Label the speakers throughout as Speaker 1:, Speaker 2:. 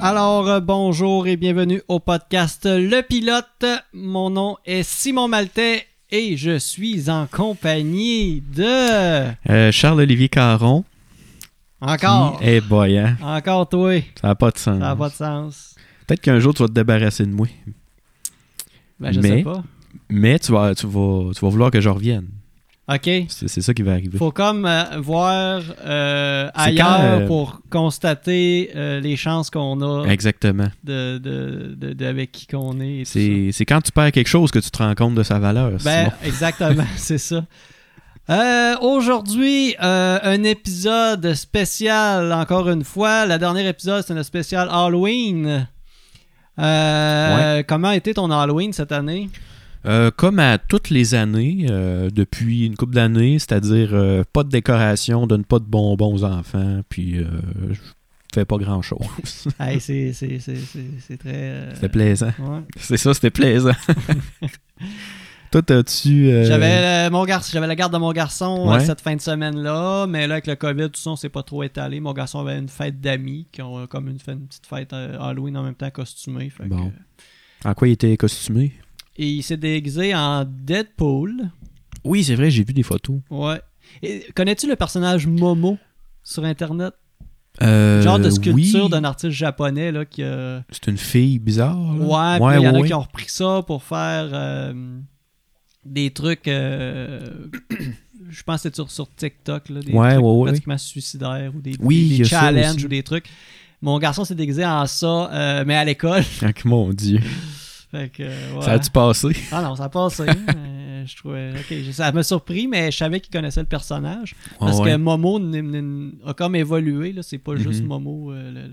Speaker 1: Alors, euh, bonjour et bienvenue au podcast Le Pilote. Mon nom est Simon Maltais et je suis en compagnie de...
Speaker 2: Euh, Charles-Olivier Caron.
Speaker 1: Encore.
Speaker 2: Eh boy, hein?
Speaker 1: Encore toi.
Speaker 2: Ça n'a pas de sens.
Speaker 1: Ça n'a pas de sens.
Speaker 2: Peut-être qu'un jour, tu vas te débarrasser de moi.
Speaker 1: Ben, je
Speaker 2: Mais-
Speaker 1: sais pas.
Speaker 2: Mais tu vas, tu vas, tu vas vouloir que je revienne.
Speaker 1: OK.
Speaker 2: C'est c'est ça qui va arriver.
Speaker 1: Faut comme euh, voir euh,
Speaker 2: C'est
Speaker 1: ailleurs
Speaker 2: quand, euh,
Speaker 1: pour constater euh, les chances qu'on a
Speaker 2: Exactement.
Speaker 1: de, de- de- de- avec qui qu'on est. et tout
Speaker 2: C'est c'est quand tu perds quelque chose que tu te rends compte de sa valeur.
Speaker 1: ça. Ben,
Speaker 2: Simon.
Speaker 1: exactement, c'est ça. Euh, Aujourd'hui, euh, un épisode spécial, encore une fois. Le dernier épisode, c'est un spécial Halloween. Euh, Comment a été ton Halloween cette année?
Speaker 2: Euh, comme à toutes les années, euh, depuis une couple d'années, c'est-à-dire euh, pas de décoration, donne pas de bonbons aux enfants, puis euh, je fais pas grand-chose.
Speaker 1: Hey, c'est c'est- c'est- c'est- c'est très... euh,
Speaker 2: C'était plaisant.
Speaker 1: ouais.
Speaker 2: C'est ça, c'était plaisant. Toi, t'as-tu... euh,
Speaker 1: J'avais euh, mon garçon, j'avais la garde de mon garçon euh,
Speaker 2: Ouais.
Speaker 1: cette fin de semaine-là, mais là avec le COVID, tout ça, on s'est pas trop étalé. Mon garçon avait une fête d'amis, qui ont euh, comme une, fait une petite fête euh, Halloween en même temps costumée. fait que-
Speaker 2: Bon. En quoi il était costumé?
Speaker 1: Et il s'est déguisé en Deadpool.
Speaker 2: Oui, c'est vrai, j'ai vu des photos.
Speaker 1: Ouais. Et Connais-tu le personnage Momo sur Internet?
Speaker 2: Euh,
Speaker 1: Genre de sculpture
Speaker 2: oui.
Speaker 1: d'un artiste japonais là, qui a...
Speaker 2: C'est une fille bizarre. là.
Speaker 1: Ouais, puis il y en a
Speaker 2: ouais.
Speaker 1: qui ont repris ça pour faire euh, des trucs. euh, je pense que c'est sur, sur TikTok, là, des
Speaker 2: Ouais,
Speaker 1: trucs
Speaker 2: ouais, ouais.
Speaker 1: pratiquement suicidaires ou des,
Speaker 2: Oui,
Speaker 1: des
Speaker 2: il y a ça
Speaker 1: challenges
Speaker 2: aussi.
Speaker 1: ou des trucs. Mon garçon s'est déguisé en ça, euh, mais à l'école.
Speaker 2: Ah, que mon Dieu.
Speaker 1: Fait que, euh, ouais.
Speaker 2: Ça a-tu passé?
Speaker 1: Ah non, ça a passé. Euh, je trouvais. ok, je- ça m'a surpris, mais je savais qu'il connaissait le personnage. Parce
Speaker 2: Ouais,
Speaker 1: que
Speaker 2: Ah ouais.
Speaker 1: Momo n- n- a comme évolué. là, C'est pas juste
Speaker 2: Mhm.
Speaker 1: Momo, euh, le- le-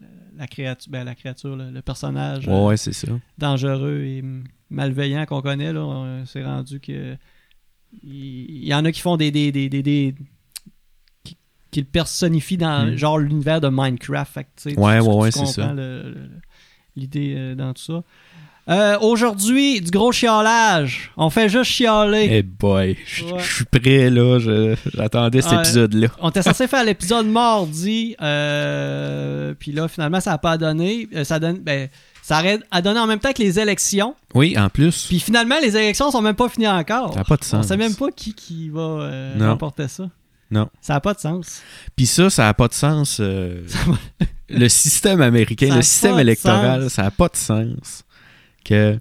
Speaker 1: le- la créature, ben, la créature le, le personnage. euh,
Speaker 2: Ouais, ouais, c'est ça.
Speaker 1: dangereux et mm, malveillant qu'on connaît, là, on euh, s'est rendu que. Il il y en a qui font des. des, des, des, des- qui, qui le personnifient dans
Speaker 2: Mm.
Speaker 1: genre l'univers de Minecraft. Fait que, tu sais, tu-
Speaker 2: Ouais,
Speaker 1: tu-
Speaker 2: ouais,
Speaker 1: tu
Speaker 2: ouais, c'est
Speaker 1: comprends
Speaker 2: ça.
Speaker 1: le- le- le- L'idée euh, dans tout ça. Euh, Aujourd'hui, du gros chiolage. On fait juste
Speaker 2: Eh
Speaker 1: chialer.
Speaker 2: boy, je
Speaker 1: Ouais.
Speaker 2: je suis prêt là, Je- j'attendais cet
Speaker 1: Ouais.
Speaker 2: épisode-là.
Speaker 1: On était censé faire l'épisode mardi, euh, puis là, finalement, ça n'a pas donné. Euh, ça donne, ben, ça aurait à donner en même temps que les élections.
Speaker 2: Oui, en plus,
Speaker 1: Puis finalement, les élections sont même pas finies encore.
Speaker 2: ça n'a pas de
Speaker 1: On
Speaker 2: sens.
Speaker 1: sait même pas qui, qui va euh,
Speaker 2: Non.
Speaker 1: remporter ça.
Speaker 2: Non.
Speaker 1: Ça n'a pas de sens.
Speaker 2: Puis ça, ça n'a pas de sens. euh, le système américain,
Speaker 1: Ça a
Speaker 2: le
Speaker 1: pas
Speaker 2: système
Speaker 1: de
Speaker 2: électoral,
Speaker 1: sens.
Speaker 2: ça n'a pas de sens. Que...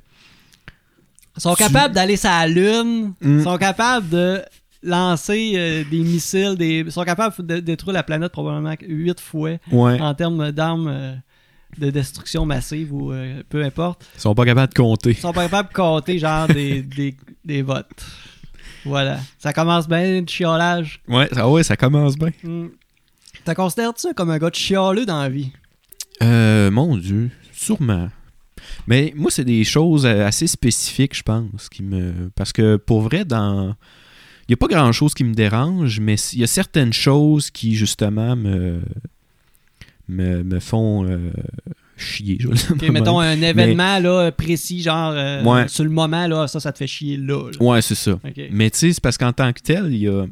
Speaker 1: Ils sont
Speaker 2: Tu-
Speaker 1: capables d'aller sur la Lune. Ils
Speaker 2: Mm.
Speaker 1: sont capables de lancer euh, des missiles. Des... Ils sont capables de détruire la planète probablement huit fois
Speaker 2: Ouais,
Speaker 1: en termes d'armes euh, de destruction massive ou euh, peu importe.
Speaker 2: ils sont pas capables de compter.
Speaker 1: Ils sont pas capables de compter genre des, des, des votes. Voilà. Ça commence bien, le chiolage.
Speaker 2: Ouais, ça, ouais, ça commence bien.
Speaker 1: Mm. Te considères-tu comme un gars de chialeux dans la vie?
Speaker 2: Euh, mon Dieu, sûrement. Mais moi, c'est des choses euh, assez spécifiques, je pense, qui me. Parce que pour vrai, dans. Il n'y a pas grand chose qui me dérange, mais il y a certaines choses qui, justement, me. me, me font euh, chier. Je vais le
Speaker 1: Ok,
Speaker 2: dire de
Speaker 1: mettons
Speaker 2: même.
Speaker 1: un événement là, précis, genre euh,
Speaker 2: Ben, Ouais.
Speaker 1: sur le moment, là, ça, ça te fait chier là. là.
Speaker 2: Ouais, c'est ça.
Speaker 1: Ok.
Speaker 2: Mais tu sais, c'est parce qu'en tant que tel, il y a.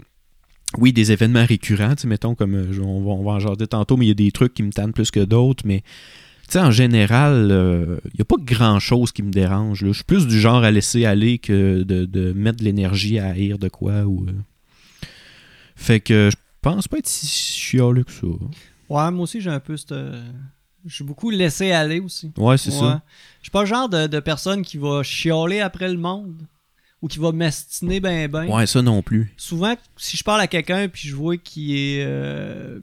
Speaker 2: Oui, des événements récurrents, tu sais, mettons, comme euh, je- on, va, on va en jaser tantôt, mais il y a des trucs qui me tannent plus que d'autres, mais tu sais, en général, euh, il n'y a pas grand-chose qui me dérange. là. Je suis plus du genre à laisser aller que de, de mettre de l'énergie à haïr de quoi. Ou, euh. Fait que je pense pas être si chialeux que ça.
Speaker 1: Ouais, moi aussi, j'ai un peu cette. euh, Je suis beaucoup laissé aller aussi.
Speaker 2: Ouais, c'est
Speaker 1: Ouais.
Speaker 2: ça.
Speaker 1: Je suis pas le genre de, de personne qui va chialer après le monde ou qui va m'estiner ben ben.
Speaker 2: Ouais, ça non plus.
Speaker 1: Souvent, si je parle à quelqu'un puis je vois qu'il est. euh,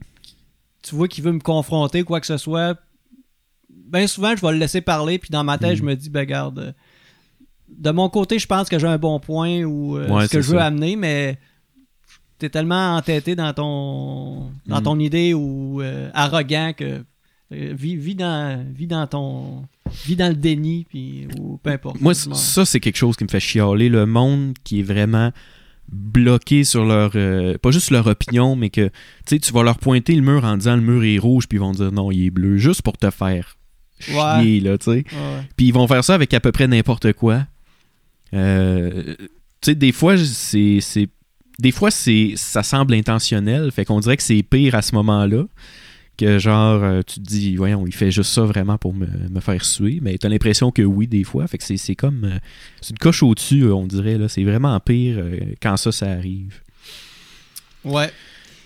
Speaker 1: tu vois qu'il veut me confronter, quoi que ce soit, ben souvent, je vais le laisser parler puis dans ma tête,
Speaker 2: Mhm.
Speaker 1: je me dis, ben garde. euh, de mon côté, je pense que j'ai un bon point ou euh,
Speaker 2: Ouais,
Speaker 1: ce que
Speaker 2: c'est
Speaker 1: je veux
Speaker 2: ça.
Speaker 1: amener, mais t'es tellement entêté dans ton dans
Speaker 2: Mm.
Speaker 1: ton idée ou euh, arrogant que euh, vis, vis dans vis dans ton vis dans le déni puis ou peu importe.
Speaker 2: Moi,
Speaker 1: Bon.
Speaker 2: c- ça, c'est quelque chose qui me fait chialer. Le monde qui est vraiment bloqué sur leur. euh, pas juste leur opinion, mais que tu sais, tu vas leur pointer le mur en disant le mur est rouge, puis ils vont dire non, il est bleu, juste pour te faire chier,
Speaker 1: Ouais.
Speaker 2: là, tu sais.
Speaker 1: Ouais, ouais.
Speaker 2: Puis ils vont faire ça avec à peu près n'importe quoi. Euh, tu sais, des fois, c'est. c'est- Des fois, c'est ça semble intentionnel, fait qu'on dirait que c'est pire à ce moment-là que genre, euh, tu te dis, voyons, il fait juste ça vraiment pour me, me faire suer. Mais t'as l'impression que oui, des fois. Fait que c'est- c'est comme. euh, c'est une coche au-dessus, euh, on dirait. là C'est vraiment pire euh, quand ça, ça arrive.
Speaker 1: Ouais.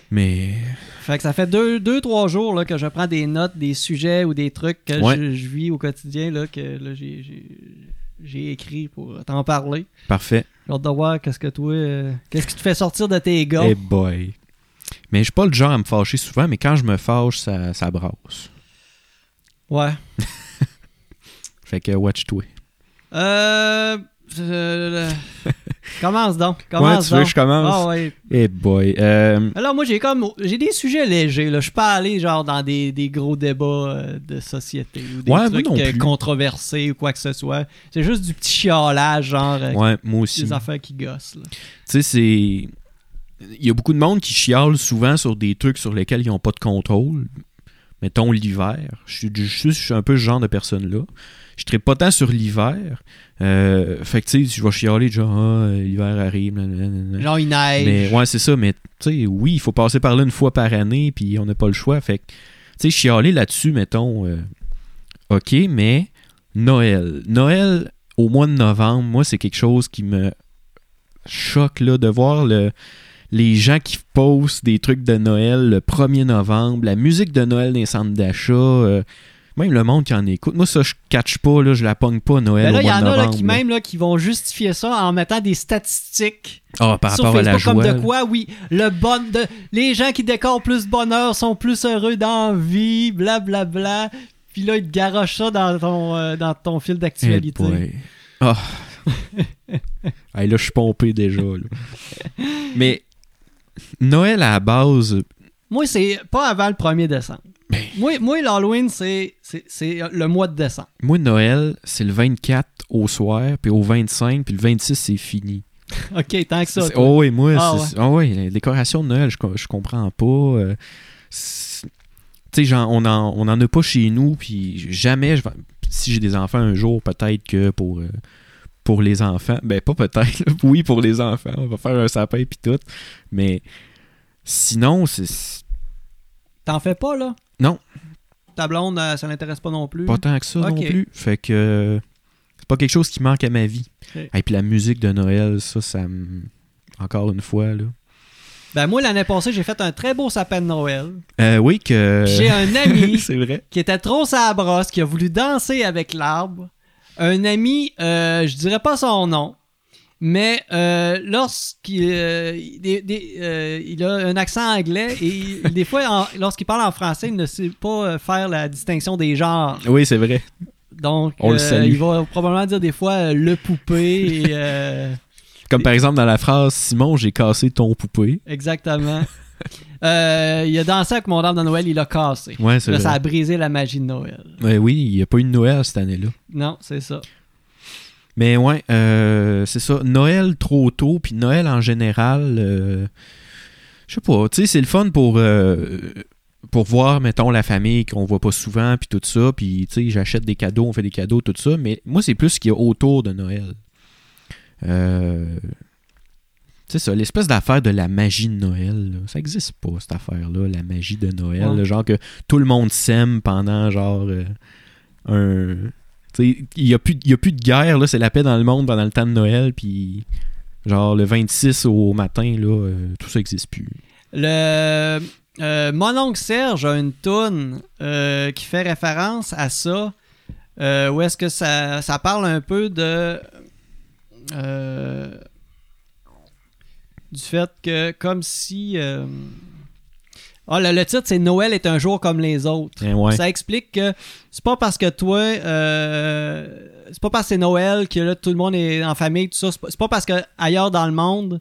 Speaker 2: Mais.
Speaker 1: Fait que ça fait deux, deux trois jours là, que je prends des notes, des sujets ou des trucs que
Speaker 2: Ouais.
Speaker 1: je, je vis au quotidien, là, que là, j'ai- j'ai- j'ai écrit pour t'en parler.
Speaker 2: Parfait.
Speaker 1: J'ai hâte de voir qu'est-ce que toi. euh, qu'est-ce qui te fait sortir de tes gars.
Speaker 2: Hey boy. Mais je suis pas le genre à me fâcher souvent, mais quand je me fâche, ça, ça brasse. Eh
Speaker 1: Ouais.
Speaker 2: Fait que watch-toi.
Speaker 1: Euh. euh, le- commence donc.
Speaker 2: Ouais,
Speaker 1: Commence
Speaker 2: tu veux que
Speaker 1: donc.
Speaker 2: je commence?
Speaker 1: Ah ouais.
Speaker 2: Hey boy. Euh,
Speaker 1: Alors moi j'ai comme j'ai des sujets légers là, je suis pas allé genre dans des, des gros débats euh, de société ou des
Speaker 2: Ouais, moi
Speaker 1: trucs
Speaker 2: non
Speaker 1: euh,
Speaker 2: plus.
Speaker 1: controversés ou quoi que ce soit. C'est juste du petit chialage genre euh,
Speaker 2: ouais, moi aussi.
Speaker 1: des affaires qui gossent. là.
Speaker 2: Tu sais, c'est. Il y a beaucoup de monde qui chiale souvent sur des trucs sur lesquels ils n'ont pas de contrôle. Mettons l'hiver. Je suis, du- je suis- je suis un peu ce genre de personne-là. Je ne pas tant sur l'hiver. Euh, fait que tu sais, je vais chialer, genre, Ah, l'hiver arrive. nanana.
Speaker 1: Genre il neige.
Speaker 2: Mais ouais, c'est ça. Mais tu sais, oui, il faut passer par là une fois par année, puis on n'a pas le choix. Fait que, tu sais, chialer là-dessus, mettons, euh, OK, mais Noël. Noël, au mois de novembre, moi, c'est quelque chose qui me choque, là, de voir le, les gens qui postent des trucs de Noël le 1er novembre, la musique de Noël dans les centres d'achat, euh, même le monde qui en écoute. Moi, ça, je catch pas, là, je la pogne pas, Noël,
Speaker 1: Ben là,
Speaker 2: au
Speaker 1: il y
Speaker 2: mois
Speaker 1: en
Speaker 2: de
Speaker 1: a
Speaker 2: novembre.
Speaker 1: là, qui
Speaker 2: là.
Speaker 1: même là, qui vont justifier ça en mettant des statistiques
Speaker 2: Ah, par
Speaker 1: sur
Speaker 2: rapport à la
Speaker 1: Facebook comme
Speaker 2: joie,
Speaker 1: de
Speaker 2: là.
Speaker 1: quoi oui, le bon de- les gens qui décorent plus de bonheur sont plus heureux dans la vie, bla bla bla. Puis là, ils te garochent ça dans ton, euh, dans ton fil
Speaker 2: Eh
Speaker 1: d'actualité.
Speaker 2: boy. Ah. Hey, là, je suis pompé déjà. là. Mais Noël à la base,
Speaker 1: Moi, c'est pas avant le 1er décembre.
Speaker 2: Ben.
Speaker 1: Moi, moi l'Halloween, c'est c'est- c'est le mois de décembre.
Speaker 2: moi, Noël, c'est le 24 au soir, puis au 25, puis le 26, c'est fini.
Speaker 1: OK, tant que ça.
Speaker 2: C'est- oh, oui, moi,
Speaker 1: Ah,
Speaker 2: c'est- ah ouais, les décorations de Noël, je, com- je comprends pas. euh, c'est- tu sais, genre, on en, on en a pas chez nous, puis jamais, je vais- si j'ai des enfants un jour, peut-être que pour, euh, pour les enfants, ben pas peut-être, là, oui, pour les enfants, on va faire un sapin puis tout, mais sinon, c'est c'est
Speaker 1: T'en fais pas, là?
Speaker 2: Non.
Speaker 1: Ta blonde, euh, ça l'intéresse pas non plus.
Speaker 2: pas tant que ça non
Speaker 1: Ok.
Speaker 2: plus. Fait que euh, c'est pas quelque chose qui manque à ma vie.
Speaker 1: Ok.
Speaker 2: Et puis la musique de Noël, ça, ça me... Encore une fois, là.
Speaker 1: Ben, moi, l'année passée, j'ai fait un très beau sapin de Noël.
Speaker 2: Euh, oui, que...
Speaker 1: Puis J'ai un ami
Speaker 2: c'est vrai.
Speaker 1: qui était trop sa brosse, qui a voulu danser avec l'arbre. Un ami, euh, je dirais pas son nom, mais euh, lorsqu'il euh, des- des- euh, il a un accent anglais et il- des fois, en- lorsqu'il parle en français, il ne sait pas euh, faire la distinction des genres.
Speaker 2: Oui, c'est vrai.
Speaker 1: Donc,
Speaker 2: On le
Speaker 1: euh,
Speaker 2: salue.
Speaker 1: il va probablement dire des fois euh, le poupée. et, euh,
Speaker 2: Comme par exemple dans la phrase Simon, j'ai cassé ton poupée.
Speaker 1: exactement. Euh, il a dansé avec mon arbre de Noël, il l'a cassé.
Speaker 2: Ouais, c'est
Speaker 1: Là, ça
Speaker 2: vrai.
Speaker 1: a brisé la magie de Noël.
Speaker 2: Ouais, oui, il n'y a pas eu de Noël cette année-là.
Speaker 1: Non, c'est ça.
Speaker 2: Mais ouais, euh, c'est ça. Noël trop tôt, puis Noël en général, euh, je sais pas. Tu sais, c'est le fun pour, euh, pour voir, mettons, la famille qu'on voit pas souvent, puis tout ça. Puis, tu sais, j'achète des cadeaux, on fait des cadeaux, tout ça. Mais moi, c'est plus ce qu'il y a autour de Noël. Euh, c'est ça, l'espèce d'affaire de la magie de Noël, là. ça existe pas, cette affaire-là, la magie de Noël.
Speaker 1: Ouais.
Speaker 2: le genre que tout le monde s'aime pendant, genre, euh, un, T'sais, il n'y a, plus- il y a plus de guerre, là, c'est la paix dans le monde pendant le temps de Noël, puis genre le 26 au matin, là, euh, tout ça n'existe plus.
Speaker 1: Le, euh, mon oncle Serge a une toune euh, qui fait référence à ça. euh, où est-ce que ça, ça parle un peu de. euh, du fait que, comme si. euh, ah, le, le titre, c'est Noël est un jour comme les autres.
Speaker 2: Eh ouais.
Speaker 1: Ça explique que c'est pas parce que toi, euh, c'est pas parce que c'est Noël que là tout le monde est en famille, tout ça. C'est pas- C'est pas parce que ailleurs dans le monde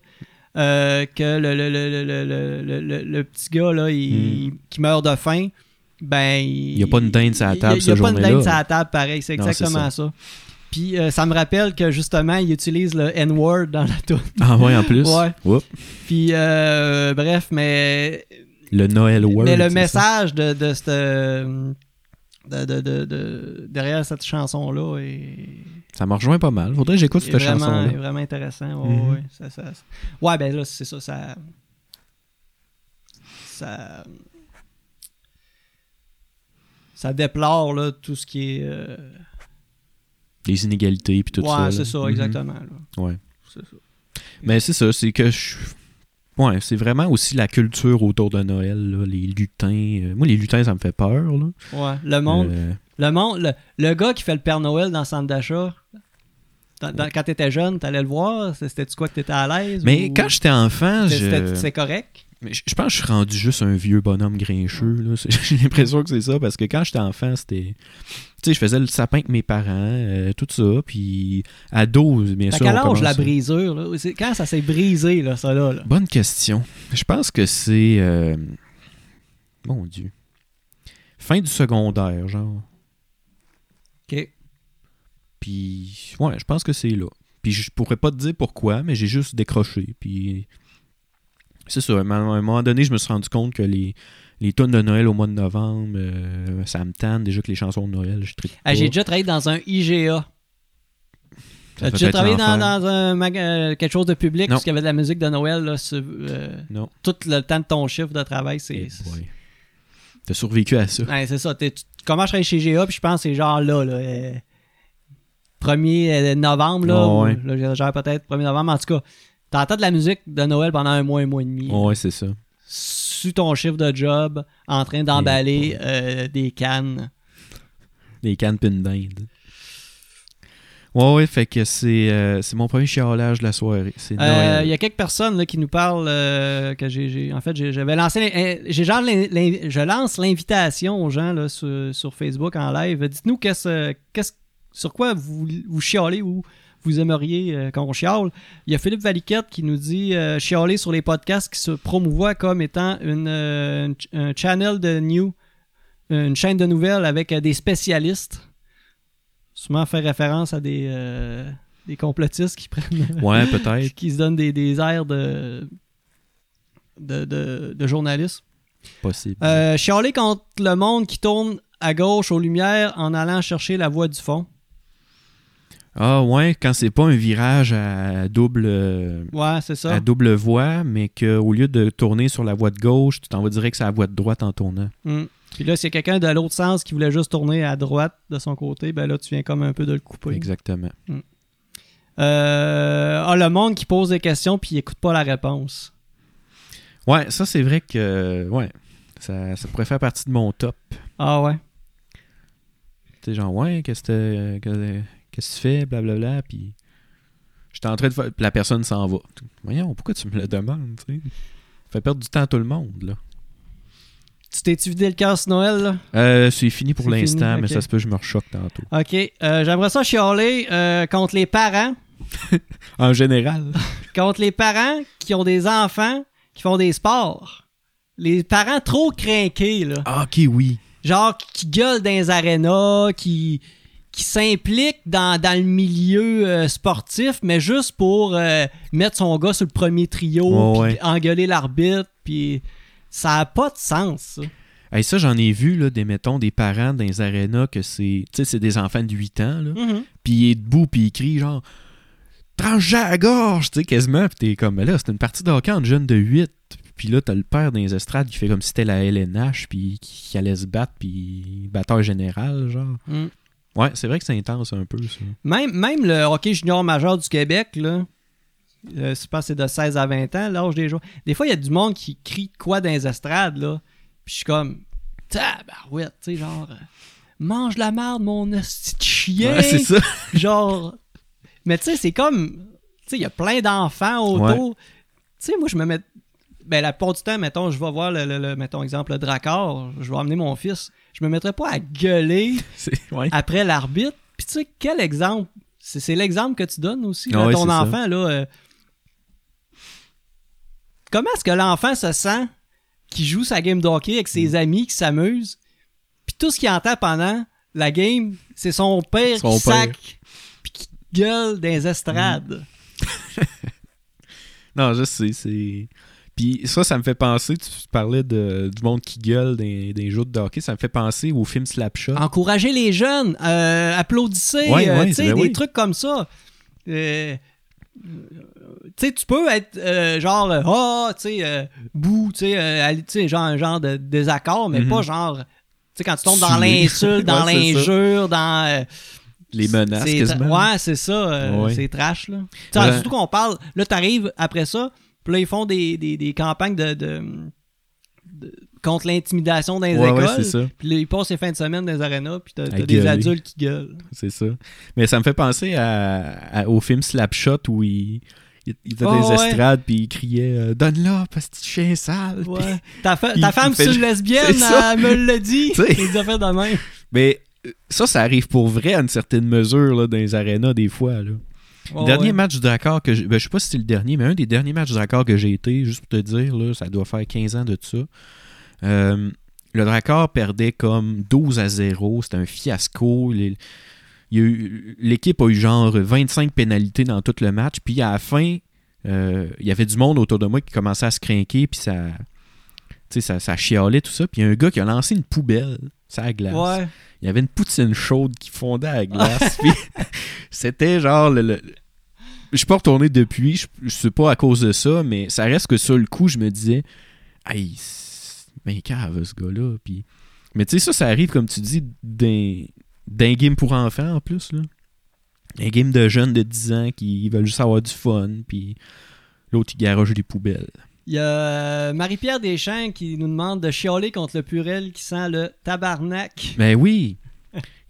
Speaker 1: euh, que le, le, le, le, le- le- le- le- le petit gars là, il- qui meurt de faim, ben il
Speaker 2: Hmm. y a pas une dinde sur la table
Speaker 1: Il y a,
Speaker 2: ce
Speaker 1: pas une
Speaker 2: jour-là.
Speaker 1: dinde sur la table, pareil. C'est
Speaker 2: Non, c'est
Speaker 1: exactement ça. Puis euh, ça me rappelle que justement il utilise le N-word dans la tour.
Speaker 2: Ah ouais, en plus.
Speaker 1: Ouais.
Speaker 2: Oups.
Speaker 1: Puis euh, bref, mais
Speaker 2: Le Noël World.
Speaker 1: mais le
Speaker 2: c'est ça.
Speaker 1: message de, de cette. euh, de- de- de- de- derrière cette chanson-là est,
Speaker 2: Ça me rejoint pas mal. Faudrait que j'écoute
Speaker 1: est
Speaker 2: cette
Speaker 1: vraiment,
Speaker 2: chanson-là.
Speaker 1: est vraiment intéressant. Ouais,
Speaker 2: Mhm.
Speaker 1: ouais, ça- ça- ça- ouais, ben là, c'est ça. Ça. ça ça déplore là, tout ce qui est. euh,
Speaker 2: Les inégalités puis tout ça.
Speaker 1: ouais,
Speaker 2: là.
Speaker 1: c'est ça,
Speaker 2: Mhm.
Speaker 1: exactement. là.
Speaker 2: Ouais.
Speaker 1: C'est ça.
Speaker 2: Mais c'est ça, c'est que je. Ouais, c'est vraiment aussi la culture autour de Noël, là, les lutins. Euh, Moi, les lutins, ça me fait peur. Là.
Speaker 1: Ouais, le monde,
Speaker 2: Euh,
Speaker 1: le monde, le, le gars qui fait le Père Noël dans le centre d'achat. dans- dans- Quand t'étais jeune, t'allais le voir, c'était-tu quoi que t'étais à l'aise?
Speaker 2: Mais
Speaker 1: ou-
Speaker 2: quand j'étais enfant,
Speaker 1: c'était- c'était-
Speaker 2: je...
Speaker 1: c'est correct?
Speaker 2: mais je je pense que je suis rendu juste un vieux bonhomme grincheux. là. C'est- J'ai l'impression que c'est ça, parce que quand j'étais enfant, c'était. Tu sais, je faisais le sapin avec mes parents, euh, tout ça, puis à 12, bien
Speaker 1: T'as
Speaker 2: sûr.
Speaker 1: quel
Speaker 2: on
Speaker 1: âge la
Speaker 2: commence-
Speaker 1: brisure? Là? C'est- Quand ça s'est brisé, là, ça là? là?
Speaker 2: Bonne question. Je pense que c'est. euh, Mon Dieu. Fin du secondaire, genre.
Speaker 1: OK.
Speaker 2: Puis, ouais, je pense que c'est là. Puis, je pourrais pas te dire pourquoi, mais j'ai juste décroché. Puis, c'est ça. À un moment à un moment donné, je me suis rendu compte que les, les tonnes de Noël au mois de novembre, euh, ça me tanne. Déjà que les chansons de Noël, je tripe.
Speaker 1: Ah, J'ai
Speaker 2: pas.
Speaker 1: déjà travaillé dans un IGA.
Speaker 2: Oh.
Speaker 1: As-tu
Speaker 2: Ça
Speaker 1: déjà
Speaker 2: fait peut-être
Speaker 1: travaillé dans,
Speaker 2: l'enfer.
Speaker 1: dans un maga- euh, quelque chose de public
Speaker 2: Non.
Speaker 1: parce qu'il y avait de la musique de Noël là, sur, euh,
Speaker 2: Non.
Speaker 1: tout le temps de ton chiffre de travail? C'est
Speaker 2: Eh boy. T'as survécu à ça.
Speaker 1: Ouais, c'est ça. T'es- tu- comment je travaille chez GA, puis je pense que c'est genre là, là, euh, 1er euh, novembre, là,
Speaker 2: Ah
Speaker 1: ou-
Speaker 2: ouais.
Speaker 1: là, j'exagère peut-être, 1er novembre, en tout cas. T'entends de la musique de Noël pendant un mois, un mois et demi,
Speaker 2: Ouais, c'est ça.
Speaker 1: sur ton chiffre de job, en train d'emballer euh, des cannes.
Speaker 2: Les cannes pis une dinde. Ouais, ouais, fait que c'est euh, c'est mon premier chialage de la soirée. C'est
Speaker 1: Euh,
Speaker 2: Noël.
Speaker 1: Il y a quelques personnes là, qui nous parlent euh, que j'ai, j'ai- en fait j'ai- j'avais lancé l'in- euh, j'ai genre l'in- l'in- je lance l'invitation aux gens là, sur, sur Facebook en live. Dites-nous qu'est-ce, qu'est-ce sur quoi vous, vous chialez ou vous aimeriez euh, qu'on chiale. Il y a Philippe Valiquette qui nous dit euh, chialer sur les podcasts qui se promouvoient comme étant une, euh, une ch- un channel de news, une chaîne de nouvelles avec euh, des spécialistes. Sûrement faire référence à des, euh, des complotistes qui prennent
Speaker 2: Ouais, peut-être.
Speaker 1: qui se donne des, des airs de, de, de, de journaliste.
Speaker 2: Possible.
Speaker 1: Euh, chialer contre le monde qui tourne à gauche aux lumières en allant chercher la voie du fond.
Speaker 2: Ah ouais, quand c'est pas un virage à double euh,
Speaker 1: Ouais, c'est ça.
Speaker 2: à double voie, mais qu'au lieu de tourner sur la voie de gauche, tu t'en vas direct sur la voie de droite en tournant.
Speaker 1: Mm. Puis là, s'il y a quelqu'un de l'autre sens qui voulait juste tourner à droite de son côté, ben là, tu viens comme un peu de le couper.
Speaker 2: Exactement.
Speaker 1: Euh, ah, le monde qui pose des questions puis il écoute pas la réponse.
Speaker 2: Ouais, ça c'est vrai que euh, ouais, ça, ça pourrait faire partie de mon top.
Speaker 1: Ah ouais.
Speaker 2: Tu sais, genre, ouais, qu'est-ce que que- qu'est-ce que tu fais, blablabla, puis j'étais en train de faire, puis la personne s'en va. Voyons, pourquoi tu me le demandes, tu sais? Ça Fait perdre du temps à tout le monde, là.
Speaker 1: Tu t'es-tu vidé le cœur sur Noël, là?
Speaker 2: Euh, c'est fini pour
Speaker 1: C'est fini,
Speaker 2: l'instant, mais
Speaker 1: ok.
Speaker 2: ça se peut que je me rechoque tantôt.
Speaker 1: OK. Euh, J'aimerais ça chialer euh, contre les parents
Speaker 2: En général,
Speaker 1: contre les parents qui ont des enfants qui font des sports. Les parents trop crinqués, là.
Speaker 2: ah, ok, oui.
Speaker 1: Genre qui gueulent dans les arénas, qui, qui s'impliquent dans, dans le milieu euh, sportif, mais juste pour euh, mettre son gars sur le premier trio,
Speaker 2: Ouais,
Speaker 1: puis
Speaker 2: ouais.
Speaker 1: engueuler l'arbitre, puis ça n'a pas de sens. ça.
Speaker 2: Hey, ça, j'en ai vu, là, des, mettons, des parents dans les arénas que c'est. Tu sais, c'est des enfants de 8 ans,
Speaker 1: Mm.
Speaker 2: là. Puis il est debout, puis il crie, genre. Tranche à la gorge, tu sais, quasiment. Puis t'es comme, mais là, c'est une partie de hockey entre jeunes de 8. Puis là, t'as le père dans les estrades qui fait comme si c'était la LNH, puis qui allait se battre, puis batteur général, genre.
Speaker 1: Mm.
Speaker 2: Ouais, c'est vrai que c'est intense un peu, ça.
Speaker 1: Même, même le hockey junior majeur du Québec, là, euh, je pense que c'est de 16 à 20 ans, l'âge des joueurs. Des fois, il y a du monde qui crie de quoi dans les estrades, là. Puis je suis comme, tabarouette, tu sais, genre, euh, mange la merde, mon hostie de chien.
Speaker 2: Ouais, c'est ça.
Speaker 1: genre, mais tu sais, c'est comme, tu sais, il y a plein d'enfants autour. Tu sais, moi, je me mets. Ben, la plupart du temps, mettons, je vais voir le, le- le- mettons, exemple, le Dracor, je vais emmener mon fils. Je me mettrais pas à gueuler
Speaker 2: C'est- ouais.
Speaker 1: après l'arbitre. Puis tu sais, quel exemple C'est, c'est l'exemple que tu donnes aussi là,
Speaker 2: Ah
Speaker 1: à
Speaker 2: ouais,
Speaker 1: ton
Speaker 2: c'est ça.
Speaker 1: enfant. Là, euh, Comment est-ce que l'enfant se sent qui joue sa game d'hockey avec
Speaker 2: Mm.
Speaker 1: ses amis, qui s'amuse, puis tout ce qu'il entend pendant la game, c'est son père
Speaker 2: Son
Speaker 1: qui
Speaker 2: père.
Speaker 1: sac, puis qui gueule dans les estrades.
Speaker 2: Non, je sais, c'est. Puis ça, ça me fait penser, tu parlais de, du monde qui gueule des, des jeux de hockey, ça me fait penser au film Slapshot.
Speaker 1: Encourager les jeunes, euh, applaudissez,
Speaker 2: Ah. Ouais,
Speaker 1: euh,
Speaker 2: ouais,
Speaker 1: tu sais,
Speaker 2: ben
Speaker 1: des
Speaker 2: oui.
Speaker 1: trucs comme ça. Euh, tu sais, tu peux être euh, genre, euh, ah, tu sais, euh, bouh, tu sais, euh, aller- tu sais, genre un genre de désaccord, mais
Speaker 2: Mhm.
Speaker 1: pas genre, tu sais, quand tu tombes dans
Speaker 2: Tuer.
Speaker 1: l'insulte, dans
Speaker 2: Ouais, c'est ça.
Speaker 1: l'injure, dans. euh,
Speaker 2: Les menaces,
Speaker 1: c'est-
Speaker 2: quasiment.
Speaker 1: Ouais, c'est ça. euh,
Speaker 2: Ouais.
Speaker 1: C'est trash, là. Tu sais,
Speaker 2: Ouais.
Speaker 1: Surtout qu'on parle. Là, t'arrives après ça, puis là, ils font des, des, des campagnes de. de- de- contre l'intimidation dans les
Speaker 2: Ouais, ouais,
Speaker 1: écoles.
Speaker 2: c'est ça.
Speaker 1: Puis là, ils passent les fins de semaine dans les arénas, puis t'as
Speaker 2: À
Speaker 1: t'as des
Speaker 2: gueuler.
Speaker 1: adultes qui gueulent.
Speaker 2: C'est ça. Mais ça me fait penser à, à- au film Slapshot où il, il, il était dans
Speaker 1: Oh,
Speaker 2: les
Speaker 1: ouais.
Speaker 2: estrades puis il criait euh, Donne-la, parce que chien sale. Puis-
Speaker 1: Ouais. Ta, fa-
Speaker 2: Il-
Speaker 1: ta
Speaker 2: il
Speaker 1: femme,
Speaker 2: fait
Speaker 1: c'est une
Speaker 2: C'est
Speaker 1: lesbienne,
Speaker 2: ça.
Speaker 1: elle me l'a dit.
Speaker 2: Tu sais.
Speaker 1: Il a fait de même.
Speaker 2: Mais euh, ça, ça arrive pour vrai à une certaine mesure là, dans les arénas des fois. Là.
Speaker 1: Ouais,
Speaker 2: le dernier
Speaker 1: ouais.
Speaker 2: match d'accord que je. Ben, je sais pas si c'était le dernier, mais un des derniers matchs d'accord que j'ai été, juste pour te dire, là, ça doit faire 15 ans de ça. Euh, le Dracor perdait comme 12 à 0. C'était un fiasco. Les- il y a eu- L'équipe a eu genre 25 pénalités dans tout le match. Puis à la fin, euh, il y avait du monde autour de moi qui commençait à se craquer. Puis ça, tu sais, ça, ça chialait, tout ça. Puis il y a un gars qui a lancé une poubelle. Ça la glace
Speaker 1: Ouais.
Speaker 2: il y avait une poutine chaude qui fondait à la glace. puis c'était genre le. le- je suis pas retourné depuis, je, je sais pas à cause de ça, mais ça reste que sur le coup, je me disais, hey, c'est ben cave ce gars-là. Puis... Mais tu sais, ça, ça arrive, comme tu dis, d'un, d'un game pour enfants en plus. Là. Un game de jeunes de 10 ans qui veulent juste avoir du fun, puis l'autre, il garage les poubelles.
Speaker 1: Il y a euh, Marie-Pierre Deschamps qui nous demande de chialer contre le purel qui sent le tabarnak.
Speaker 2: Ben oui!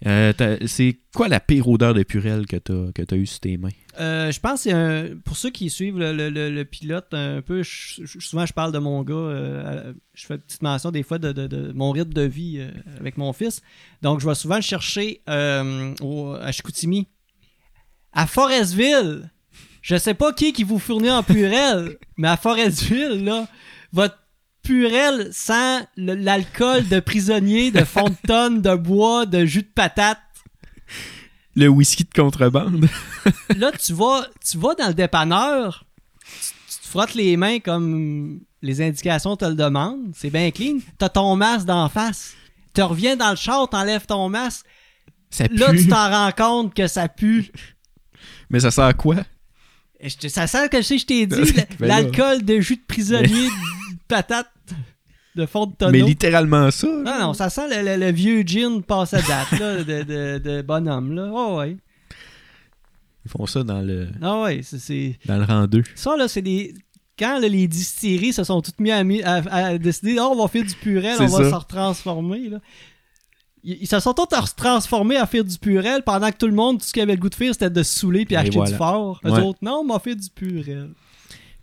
Speaker 2: Euh, t'as- c'est quoi la pire odeur de purelle que t'as, que t'as eue sur tes mains?
Speaker 1: Euh, je pense que c'est un- pour ceux qui suivent le, le- le- le pilote un peu, je- je- souvent je parle de mon gars, euh, je fais une petite mention des fois de, de- de mon rythme de vie euh, avec mon fils. Donc je vais souvent le chercher euh, au- à Chicoutimi. À Forestville, je sais pas qui qui vous fournit en purel, mais à Forestville, là, votre purel sent le- l'alcool de prisonnier, de fond de tonne, de bois, de jus de patate.
Speaker 2: Le whisky de contrebande.
Speaker 1: là, tu vas, tu vas dans le dépanneur, tu, tu te frottes les mains comme les indications te le demandent, c'est bien clean. T'as ton masque d'en face. Tu reviens dans le char, t'enlèves ton masque.
Speaker 2: Ça pue.
Speaker 1: Là, tu t'en rends compte que ça pue.
Speaker 2: Mais ça sert à quoi?
Speaker 1: Et je te- ça sent que je sais, je t'ai dit,
Speaker 2: Ben
Speaker 1: l-
Speaker 2: là.
Speaker 1: l'alcool de jus de prisonnier, de patate, de fond de tonneau.
Speaker 2: Mais littéralement ça.
Speaker 1: Non, non, ça sent le, le- le vieux gin passé à date, là, de, de- de bonhomme, là. Ah ouais.
Speaker 2: Ils font ça dans le,
Speaker 1: Ah ouais, c'est- c'est...
Speaker 2: dans le rang 2.
Speaker 1: Ça, là, c'est des. Quand là, les distilleries se sont toutes mis à, mi- à- à décider, oh, on va faire du purel,
Speaker 2: C'est
Speaker 1: on va
Speaker 2: ça.
Speaker 1: se retransformer. là. Ils, ils se sont tous retransformés à faire du purel pendant que tout le monde, tout ce qu'il avait le goût de faire, c'était de se saouler puis
Speaker 2: Et
Speaker 1: acheter
Speaker 2: voilà.
Speaker 1: du fort. Eux
Speaker 2: Ouais.
Speaker 1: autres, non, on m'a fait du purel.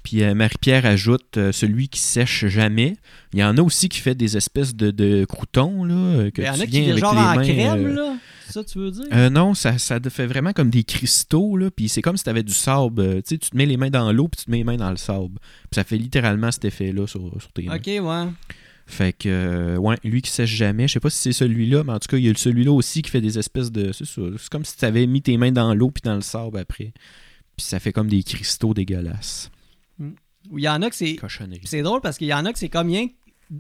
Speaker 2: Puis euh, Marie-Pierre ajoute euh, celui qui sèche jamais. Il y en a aussi qui fait des espèces de, de croutons là, euh, que
Speaker 1: Il y en
Speaker 2: tu
Speaker 1: a
Speaker 2: viens
Speaker 1: qui
Speaker 2: avec
Speaker 1: genre
Speaker 2: les
Speaker 1: en
Speaker 2: mains,
Speaker 1: crème,
Speaker 2: euh,
Speaker 1: là. Ça, tu veux dire?
Speaker 2: euh, non, ça, ça te fait vraiment comme des cristaux, là, puis c'est comme si t'avais du sable. euh, Tu sais, tu te mets les mains dans l'eau, puis tu te mets les mains dans le sable. Puis ça fait littéralement cet effet-là sur, sur tes mains.
Speaker 1: ok, ouais.
Speaker 2: Fait que, euh, ouais, lui qui sèche jamais. Je sais pas si c'est celui-là, mais en tout cas, il y a celui-là aussi qui fait des espèces de. C'est ça. C'est comme si tu avais mis tes mains dans l'eau puis dans le sable après. Puis ça fait comme des cristaux dégueulasses.
Speaker 1: Ou il y en a que c'est.
Speaker 2: Cochonnerie.
Speaker 1: C'est drôle parce qu'il y en a que c'est comme rien. que-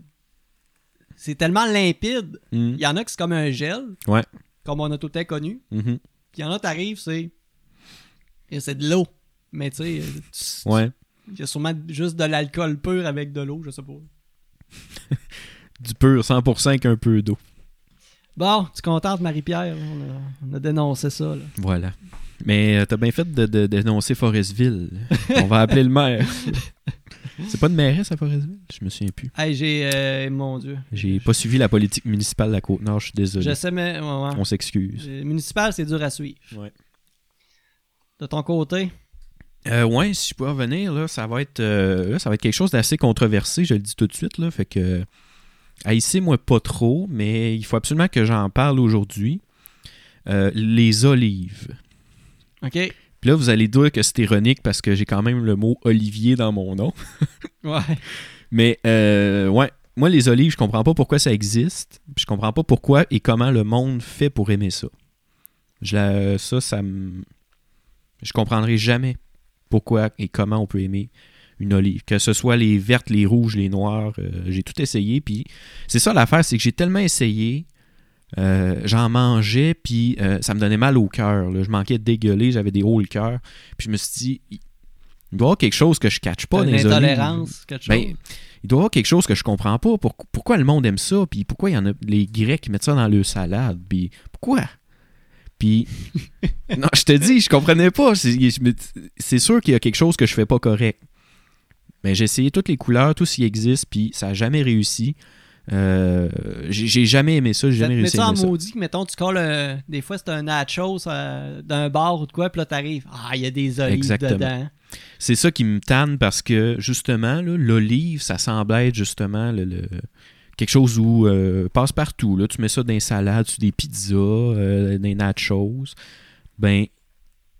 Speaker 1: C'est tellement limpide.
Speaker 2: Mm,
Speaker 1: Il y en a que c'est comme un gel.
Speaker 2: Ouais.
Speaker 1: Comme on a tout le temps connu.
Speaker 2: mhm,
Speaker 1: Puis il y en a, t'arrives, c'est. et C'est de l'eau. Mais tu sais, euh, tu-
Speaker 2: Ouais.
Speaker 1: il y a sûrement juste de l'alcool pur avec de l'eau, je sais pas.
Speaker 2: Du pur, 100% avec un peu d'eau.
Speaker 1: Bon, tu contentes, Marie-Pierre. On a, on a dénoncé ça. Là.
Speaker 2: Voilà. Mais euh, t'as bien fait de, de- dénoncer Forestville. On va appeler le maire. c'est pas de mairesse à Forestville Je me souviens plus.
Speaker 1: Hey, j'ai. euh, mon Dieu.
Speaker 2: J'ai pas suivi la politique municipale de la Côte-Nord, je suis désolé.
Speaker 1: Je sais, mais. ouais, ouais.
Speaker 2: On s'excuse.
Speaker 1: Euh, Municipal, c'est dur à suivre.
Speaker 2: Ouais.
Speaker 1: De ton côté.
Speaker 2: Euh, ouais, si je peux revenir, là, ça va être euh, là, ça va être quelque chose d'assez controversé, je le dis tout de suite, là. Fait que haïssez moi pas trop, mais il faut absolument que j'en parle aujourd'hui. Euh, les olives.
Speaker 1: OK. Ouais.
Speaker 2: Puis là, vous allez dire que c'est ironique parce que j'ai quand même le mot olivier dans mon nom. Mais euh, ouais, moi les olives, je comprends pas pourquoi ça existe. Puis je comprends pas pourquoi et comment le monde fait pour aimer ça. Je la- ça, ça me- Je comprendrai jamais pourquoi et comment on peut aimer une olive. Que ce soit les vertes, les rouges, les noires, euh, j'ai tout essayé. Puis c'est ça l'affaire, c'est que j'ai tellement essayé. euh, j'en mangeais, puis euh, ça me donnait mal au cœur. là. Je manquais de dégueuler, j'avais des hauts le cœur. Puis je me suis dit, il doit y avoir quelque chose que je catche pas
Speaker 1: T'as
Speaker 2: dans
Speaker 1: Une
Speaker 2: les olives.
Speaker 1: intolérance, quelque chose.
Speaker 2: Ben, il doit y avoir quelque chose que je comprends pas. Pour- pourquoi le monde aime ça? Puis pourquoi il y en a les Grecs qui mettent ça dans leur salade? Puis pourquoi? Puis, non, je te dis, je comprenais pas. C'est je me- c'est sûr qu'il y a quelque chose que je fais pas correct. Mais j'ai essayé toutes les couleurs, tout ce qui existe, puis ça a jamais réussi. Euh, j'ai j'ai jamais aimé ça, j'ai
Speaker 1: Ça te
Speaker 2: jamais
Speaker 1: met
Speaker 2: réussi à
Speaker 1: ça en
Speaker 2: aimer ça.
Speaker 1: maudit que, mettons, tu colles un- Des fois, c'est un nachos euh, d'un bar ou de quoi, puis là, t'arrives. Ah, il y a des olives
Speaker 2: Exactement.
Speaker 1: dedans.
Speaker 2: C'est ça qui me tanne parce que justement, là, l'olive, ça semble être justement le, le- quelque chose où euh, passe partout. Là. Tu mets ça dans des salades, sur des pizzas, euh, dans des nachos. Ben,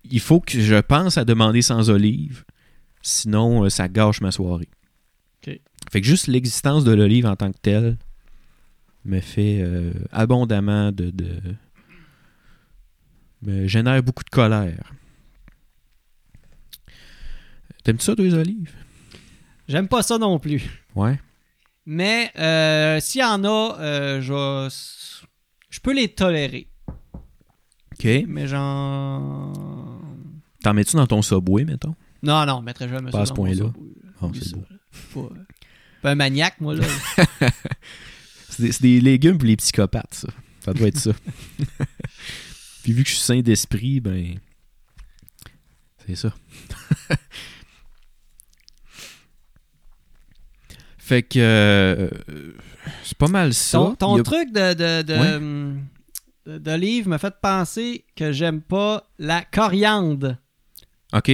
Speaker 2: il faut que je pense à demander sans olive, sinon euh, ça gâche ma soirée.
Speaker 1: Ok.
Speaker 2: Fait que juste l'existence de l'olive en tant que telle me fait euh, abondamment de, de. me génère beaucoup de colère. T'aimes-tu ça, deux olives?
Speaker 1: J'aime pas ça non plus.
Speaker 2: Ouais.
Speaker 1: Mais euh, s'il y en a, euh, je vais- je peux les tolérer.
Speaker 2: OK.
Speaker 1: Mais j'en.
Speaker 2: T'en mets-tu dans ton subway, mettons?
Speaker 1: Non, non, je mettrais jamais
Speaker 2: Pas à
Speaker 1: ça.
Speaker 2: ce
Speaker 1: dans mon
Speaker 2: point-là.
Speaker 1: sabot.
Speaker 2: Oh,
Speaker 1: Oublie
Speaker 2: c'est
Speaker 1: ça,
Speaker 2: beau.
Speaker 1: là. Je suis Pas, euh, pas un maniaque, moi, là.
Speaker 2: C'est des, c'est des légumes pour les psychopathes, ça. Ça doit être ça. Puis vu que je suis sain d'esprit, ben. C'est ça. fait que. euh, c'est pas mal ça.
Speaker 1: ton ton
Speaker 2: Il y a-
Speaker 1: truc de, de, de,
Speaker 2: Ouais.
Speaker 1: hum, de- d'olive me fait penser que j'aime pas la coriandre.
Speaker 2: Ok.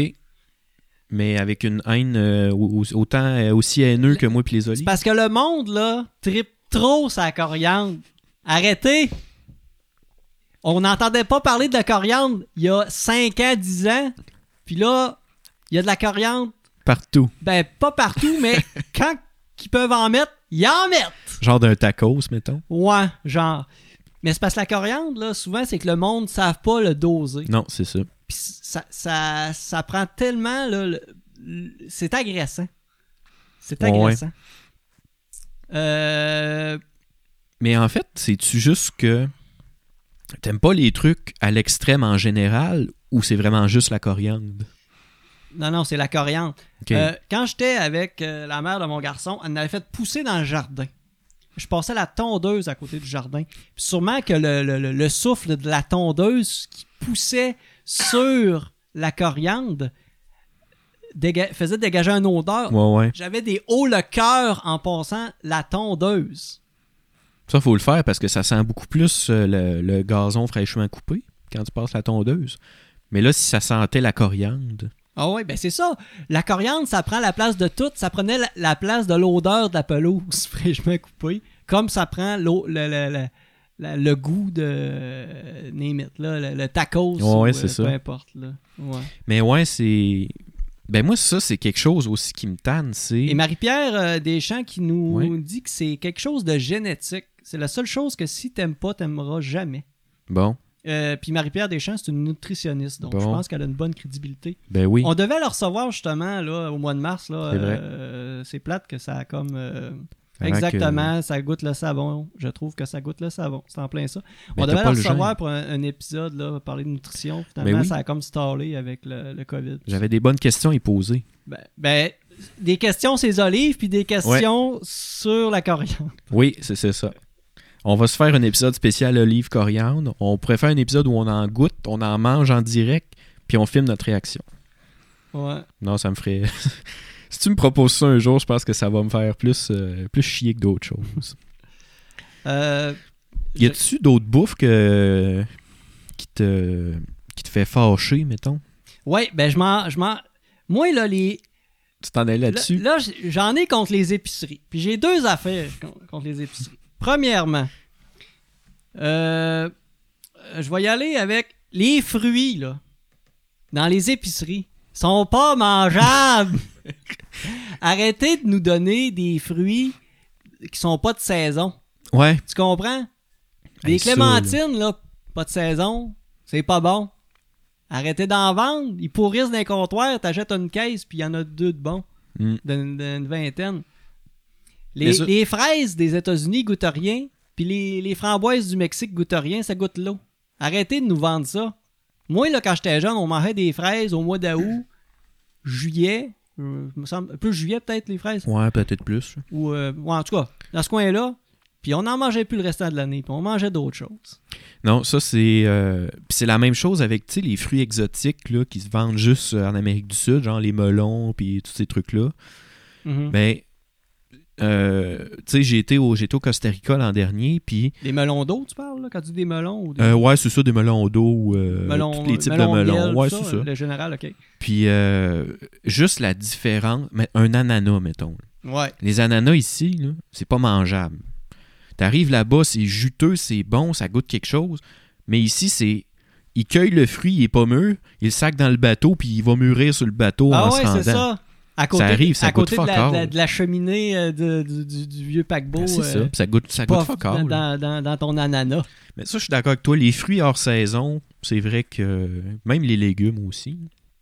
Speaker 2: Mais avec une haine euh, au- au- autant euh, aussi haineux que moi puis les
Speaker 1: C'est
Speaker 2: olives.
Speaker 1: parce que le monde, là, tripe trop sa coriandre. Arrêtez! On n'entendait pas parler de la coriandre il y a 5 ans, 10 ans. Puis là, il y a de la coriandre,
Speaker 2: Partout.
Speaker 1: ben pas partout, mais quand ils peuvent en mettre, ils en mettent!
Speaker 2: Genre d'un tacos, mettons.
Speaker 1: Ouais, genre. Mais c'est parce que la coriandre, là, souvent, c'est que le monde ne savent pas le doser.
Speaker 2: Non, c'est ça.
Speaker 1: Puis ça, ça, ça prend tellement, là, le- le- c'est agressant. C'est
Speaker 2: Ouais, ouais.
Speaker 1: agressant. Euh,
Speaker 2: Mais en fait, c'est-tu juste que t'aimes pas les trucs à l'extrême en général ou c'est vraiment juste la coriandre?
Speaker 1: Non, non, c'est la coriandre.
Speaker 2: OK.
Speaker 1: Euh, quand j'étais avec euh, la mère de mon garçon, elle en avait fait pousser dans le jardin. Je passais la tondeuse à côté du jardin. Puis sûrement que le, le- le- le souffle de la tondeuse qui poussait sur la coriandre déga- faisait dégager une odeur.
Speaker 2: Ouais, ouais.
Speaker 1: J'avais des hauts le cœur en passant la tondeuse.
Speaker 2: Ça, faut le faire parce que ça sent beaucoup plus euh, le, le gazon fraîchement coupé quand tu passes la tondeuse. Mais là, si ça sentait la coriandre,
Speaker 1: Ah ouais, ben c'est ça. La coriandre, ça prend la place de tout. Ça prenait la, la place de l'odeur de la pelouse fraîchement coupée, comme ça prend l'eau- le, le, le, la- le goût de euh, name it, là, le, le tacos.
Speaker 2: Ouais, ouais,
Speaker 1: ou,
Speaker 2: c'est
Speaker 1: euh,
Speaker 2: ça.
Speaker 1: Peu importe, là. Ouais.
Speaker 2: Mais ouais, c'est. Ben moi, ça, c'est quelque chose aussi qui me tanne, c'est.
Speaker 1: Et Marie-Pierre euh, Deschamps qui nous
Speaker 2: Ouais.
Speaker 1: dit que c'est quelque chose de génétique. C'est la seule chose que si t'aimes pas, t'aimeras jamais.
Speaker 2: Bon,
Speaker 1: Euh, Puis Marie-Pierre Deschamps, c'est une nutritionniste, donc
Speaker 2: Bon.
Speaker 1: je pense qu'elle a une bonne crédibilité.
Speaker 2: ben oui.
Speaker 1: On devait le recevoir justement là, au mois de mars. là.
Speaker 2: C'est vrai.
Speaker 1: Euh, c'est plate que ça a comme. euh,
Speaker 2: Avant
Speaker 1: exactement, ça goûte le savon. Je trouve que ça goûte le savon. C'est en plein ça.
Speaker 2: Mais
Speaker 1: On
Speaker 2: t'as
Speaker 1: devait le
Speaker 2: pas le gène.
Speaker 1: recevoir pour un, un épisode, là, parler de nutrition. Finalement,
Speaker 2: Mais oui.
Speaker 1: ça a comme stallé avec le, le COVID.
Speaker 2: J'avais des bonnes questions à y poser.
Speaker 1: Ben, ben, des questions sur les olives, puis des questions sur la coriandre.
Speaker 2: Oui, c'est c'est ça. On va se faire un épisode spécial olive coriandre. On pourrait faire un épisode où on en goûte, on en mange en direct, puis on filme notre réaction.
Speaker 1: Ouais.
Speaker 2: Non, ça me ferait. si tu me proposes ça un jour, je pense que ça va me faire plus, euh, plus chier que d'autres choses.
Speaker 1: Euh,
Speaker 2: Y a-tu d'autres bouffes que... qui, te... qui te fait fâcher, mettons
Speaker 1: ouais, ben je m'en. je m'en- Moi, là, les,
Speaker 2: Tu t'en allais
Speaker 1: Là-
Speaker 2: là-dessus
Speaker 1: Là, j- j'en ai contre les épiceries. Puis j'ai deux affaires con- contre les épiceries. Premièrement, euh, euh, je vais y aller avec les fruits, là. Dans les épiceries. Ils sont pas mangeables! Arrêtez de nous donner des fruits qui sont pas de saison.
Speaker 2: Ouais.
Speaker 1: Tu comprends? Des
Speaker 2: Hey, ça, là.
Speaker 1: clémentines, là, pas de saison, c'est pas bon. Arrêtez d'en vendre. Ils pourrissent dans les comptoirs, t'achètes une caisse, puis il y en a deux de bons,
Speaker 2: Mm.
Speaker 1: d'une d'une vingtaine.
Speaker 2: Mais
Speaker 1: Les,
Speaker 2: ça-
Speaker 1: les fraises des États-Unis goûtent rien, puis les, les framboises du Mexique goûtent rien, ça goûte l'eau. Arrêtez de nous vendre ça. Moi, là, quand j'étais jeune, on mangeait des fraises au mois d'août, juillet, Euh, il me semble, plus juillet peut-être les fraises.
Speaker 2: Ouais, peut-être plus.
Speaker 1: Ou, euh, ou en tout cas, dans ce coin-là. Puis on n'en mangeait plus le restant de l'année. Puis on mangeait d'autres choses.
Speaker 2: Non, ça, c'est euh, puis c'est la même chose avec tu sais, les fruits exotiques là, qui se vendent juste euh, en Amérique du Sud, genre les melons, puis tous ces trucs-là.
Speaker 1: Mhm.
Speaker 2: Mais, Mm. Ben, euh, tu sais, j'ai été, au- j'ai été au Costa Rica l'an dernier, puis.
Speaker 1: Des melons d'eau, tu parles, là, quand tu dis des melons ou des
Speaker 2: euh, ouais, c'est ça, des melons d'eau, euh,
Speaker 1: melons,
Speaker 2: tous les types
Speaker 1: melons
Speaker 2: de melons.
Speaker 1: miel,
Speaker 2: ouais,
Speaker 1: tout
Speaker 2: c'est ça.
Speaker 1: Le général, OK.
Speaker 2: Puis, euh, juste la différence. mais Un ananas, mettons.
Speaker 1: Ouais.
Speaker 2: Les ananas ici, là, c'est pas mangeable. T'arrives là-bas, c'est juteux, c'est bon, ça goûte quelque chose. Mais ici, c'est. Il cueille le fruit, il est pas mûr, il le sac dans le bateau, puis il va mûrir sur le bateau
Speaker 1: ah
Speaker 2: en
Speaker 1: ouais,
Speaker 2: se rendant.
Speaker 1: c'est ça. À côté,
Speaker 2: arrive, ça
Speaker 1: à côté
Speaker 2: coûte
Speaker 1: de, la,
Speaker 2: fuck
Speaker 1: de la-
Speaker 2: all.
Speaker 1: de la cheminée euh, de- du, du- du vieux paquebot.
Speaker 2: Ah, c'est ça.
Speaker 1: euh,
Speaker 2: Puis ça goûte, ça goûte
Speaker 1: puff
Speaker 2: fuck
Speaker 1: dans,
Speaker 2: all.
Speaker 1: dans, dans- dans ton ananas.
Speaker 2: Mais ça, je suis d'accord avec toi. Les fruits hors saison, c'est vrai que. Même les légumes aussi.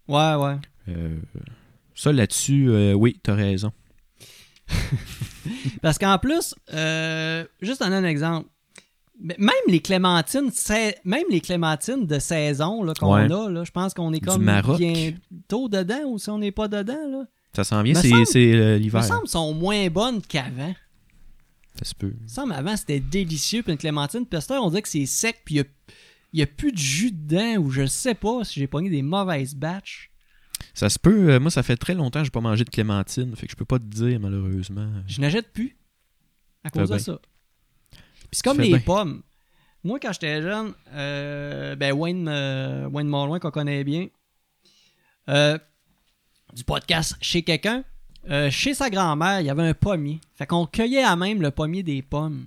Speaker 1: Ouais, ouais.
Speaker 2: euh, ça, là-dessus, euh, oui, t'as raison.
Speaker 1: Parce qu'en plus, euh, juste en un exemple, mais même les clémentines, c'est- même les clémentines de saison là, qu'on
Speaker 2: Ouais.
Speaker 1: a, là, je pense qu'on est
Speaker 2: Du
Speaker 1: comme
Speaker 2: Maroc.
Speaker 1: bientôt dedans ou si on n'est pas dedans. Là.
Speaker 2: Ça s'en vient,
Speaker 1: Me
Speaker 2: c'est
Speaker 1: semble-
Speaker 2: c'est, euh,
Speaker 1: Il me
Speaker 2: l'hiver.
Speaker 1: semble sont moins bonnes qu'avant.
Speaker 2: Ça se peut.
Speaker 1: Il me semble avant c'était délicieux, puis une clémentine, puis à cette heure, on dirait que c'est sec, puis il y a- il n'y a, plus de jus dedans, ou je sais pas si j'ai pogné des mauvaises batches.
Speaker 2: Ça se peut. euh, moi, ça fait très longtemps que j'ai pas mangé de clémentine. Fait que je peux pas te dire, malheureusement.
Speaker 1: Je n'achète plus à cause de
Speaker 2: bien.
Speaker 1: ça. Puis c'est comme
Speaker 2: fais
Speaker 1: les
Speaker 2: bien.
Speaker 1: pommes. Moi, quand j'étais jeune, euh, ben Wayne, euh, Wayne Marloin, qu'on connaît bien, euh, du podcast chez quelqu'un, euh, chez sa grand-mère, il y avait un pommier. Fait qu'on cueillait à même le pommier des pommes.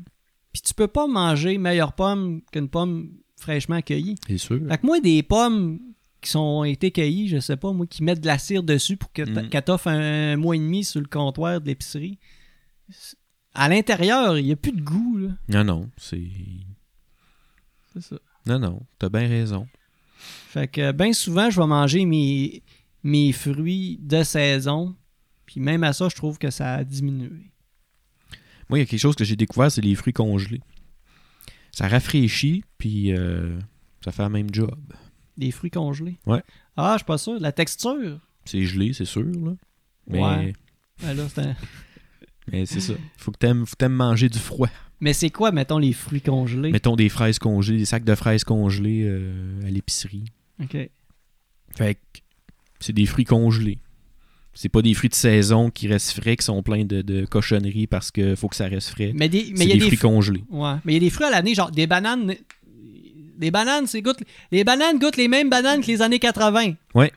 Speaker 1: Puis tu peux pas manger meilleure pomme qu'une pomme fraîchement cueillie.
Speaker 2: C'est sûr.
Speaker 1: Fait que moi, des pommes qui ont été cueillies, je sais pas, moi, qui mettent de la cire dessus pour que t'a-
Speaker 2: Mm.
Speaker 1: qu'elle t'offre un mois et demi sur le comptoir de l'épicerie. C'est- À l'intérieur, il n'y a plus de goût, là.
Speaker 2: Non, non, c'est.
Speaker 1: C'est ça.
Speaker 2: Non, non, t'as bien raison.
Speaker 1: Fait que bien souvent, je vais manger mes, mes fruits de saison. Puis même à ça, je trouve que ça a diminué.
Speaker 2: Moi, il y a quelque chose que j'ai découvert, c'est les fruits congelés. Ça rafraîchit, puis euh, ça fait le même job.
Speaker 1: Des fruits congelés.
Speaker 2: Ouais.
Speaker 1: Ah, je suis pas sûr. La texture.
Speaker 2: C'est gelé, c'est sûr, là. Mais,
Speaker 1: Ouais. Ben là, c'est un-
Speaker 2: mais c'est ça. Faut que t'aimes, faut que t'aimes manger du froid.
Speaker 1: Mais c'est quoi, mettons, les fruits congelés?
Speaker 2: Mettons des fraises congelées, des sacs de fraises congelées euh, à l'épicerie.
Speaker 1: OK.
Speaker 2: Fait que c'est des fruits congelés. C'est pas des fruits de saison qui restent frais, qui sont pleins de, de cochonneries parce que faut que ça reste frais.
Speaker 1: Mais des- mais
Speaker 2: C'est
Speaker 1: il y
Speaker 2: des,
Speaker 1: a des,
Speaker 2: fruits
Speaker 1: fruits
Speaker 2: congelés.
Speaker 1: Ouais. Mais il y a des fruits à l'année, genre des bananes. Des bananes, c'est goûte. Les bananes goûtent les mêmes bananes que les années 80.
Speaker 2: Ouais.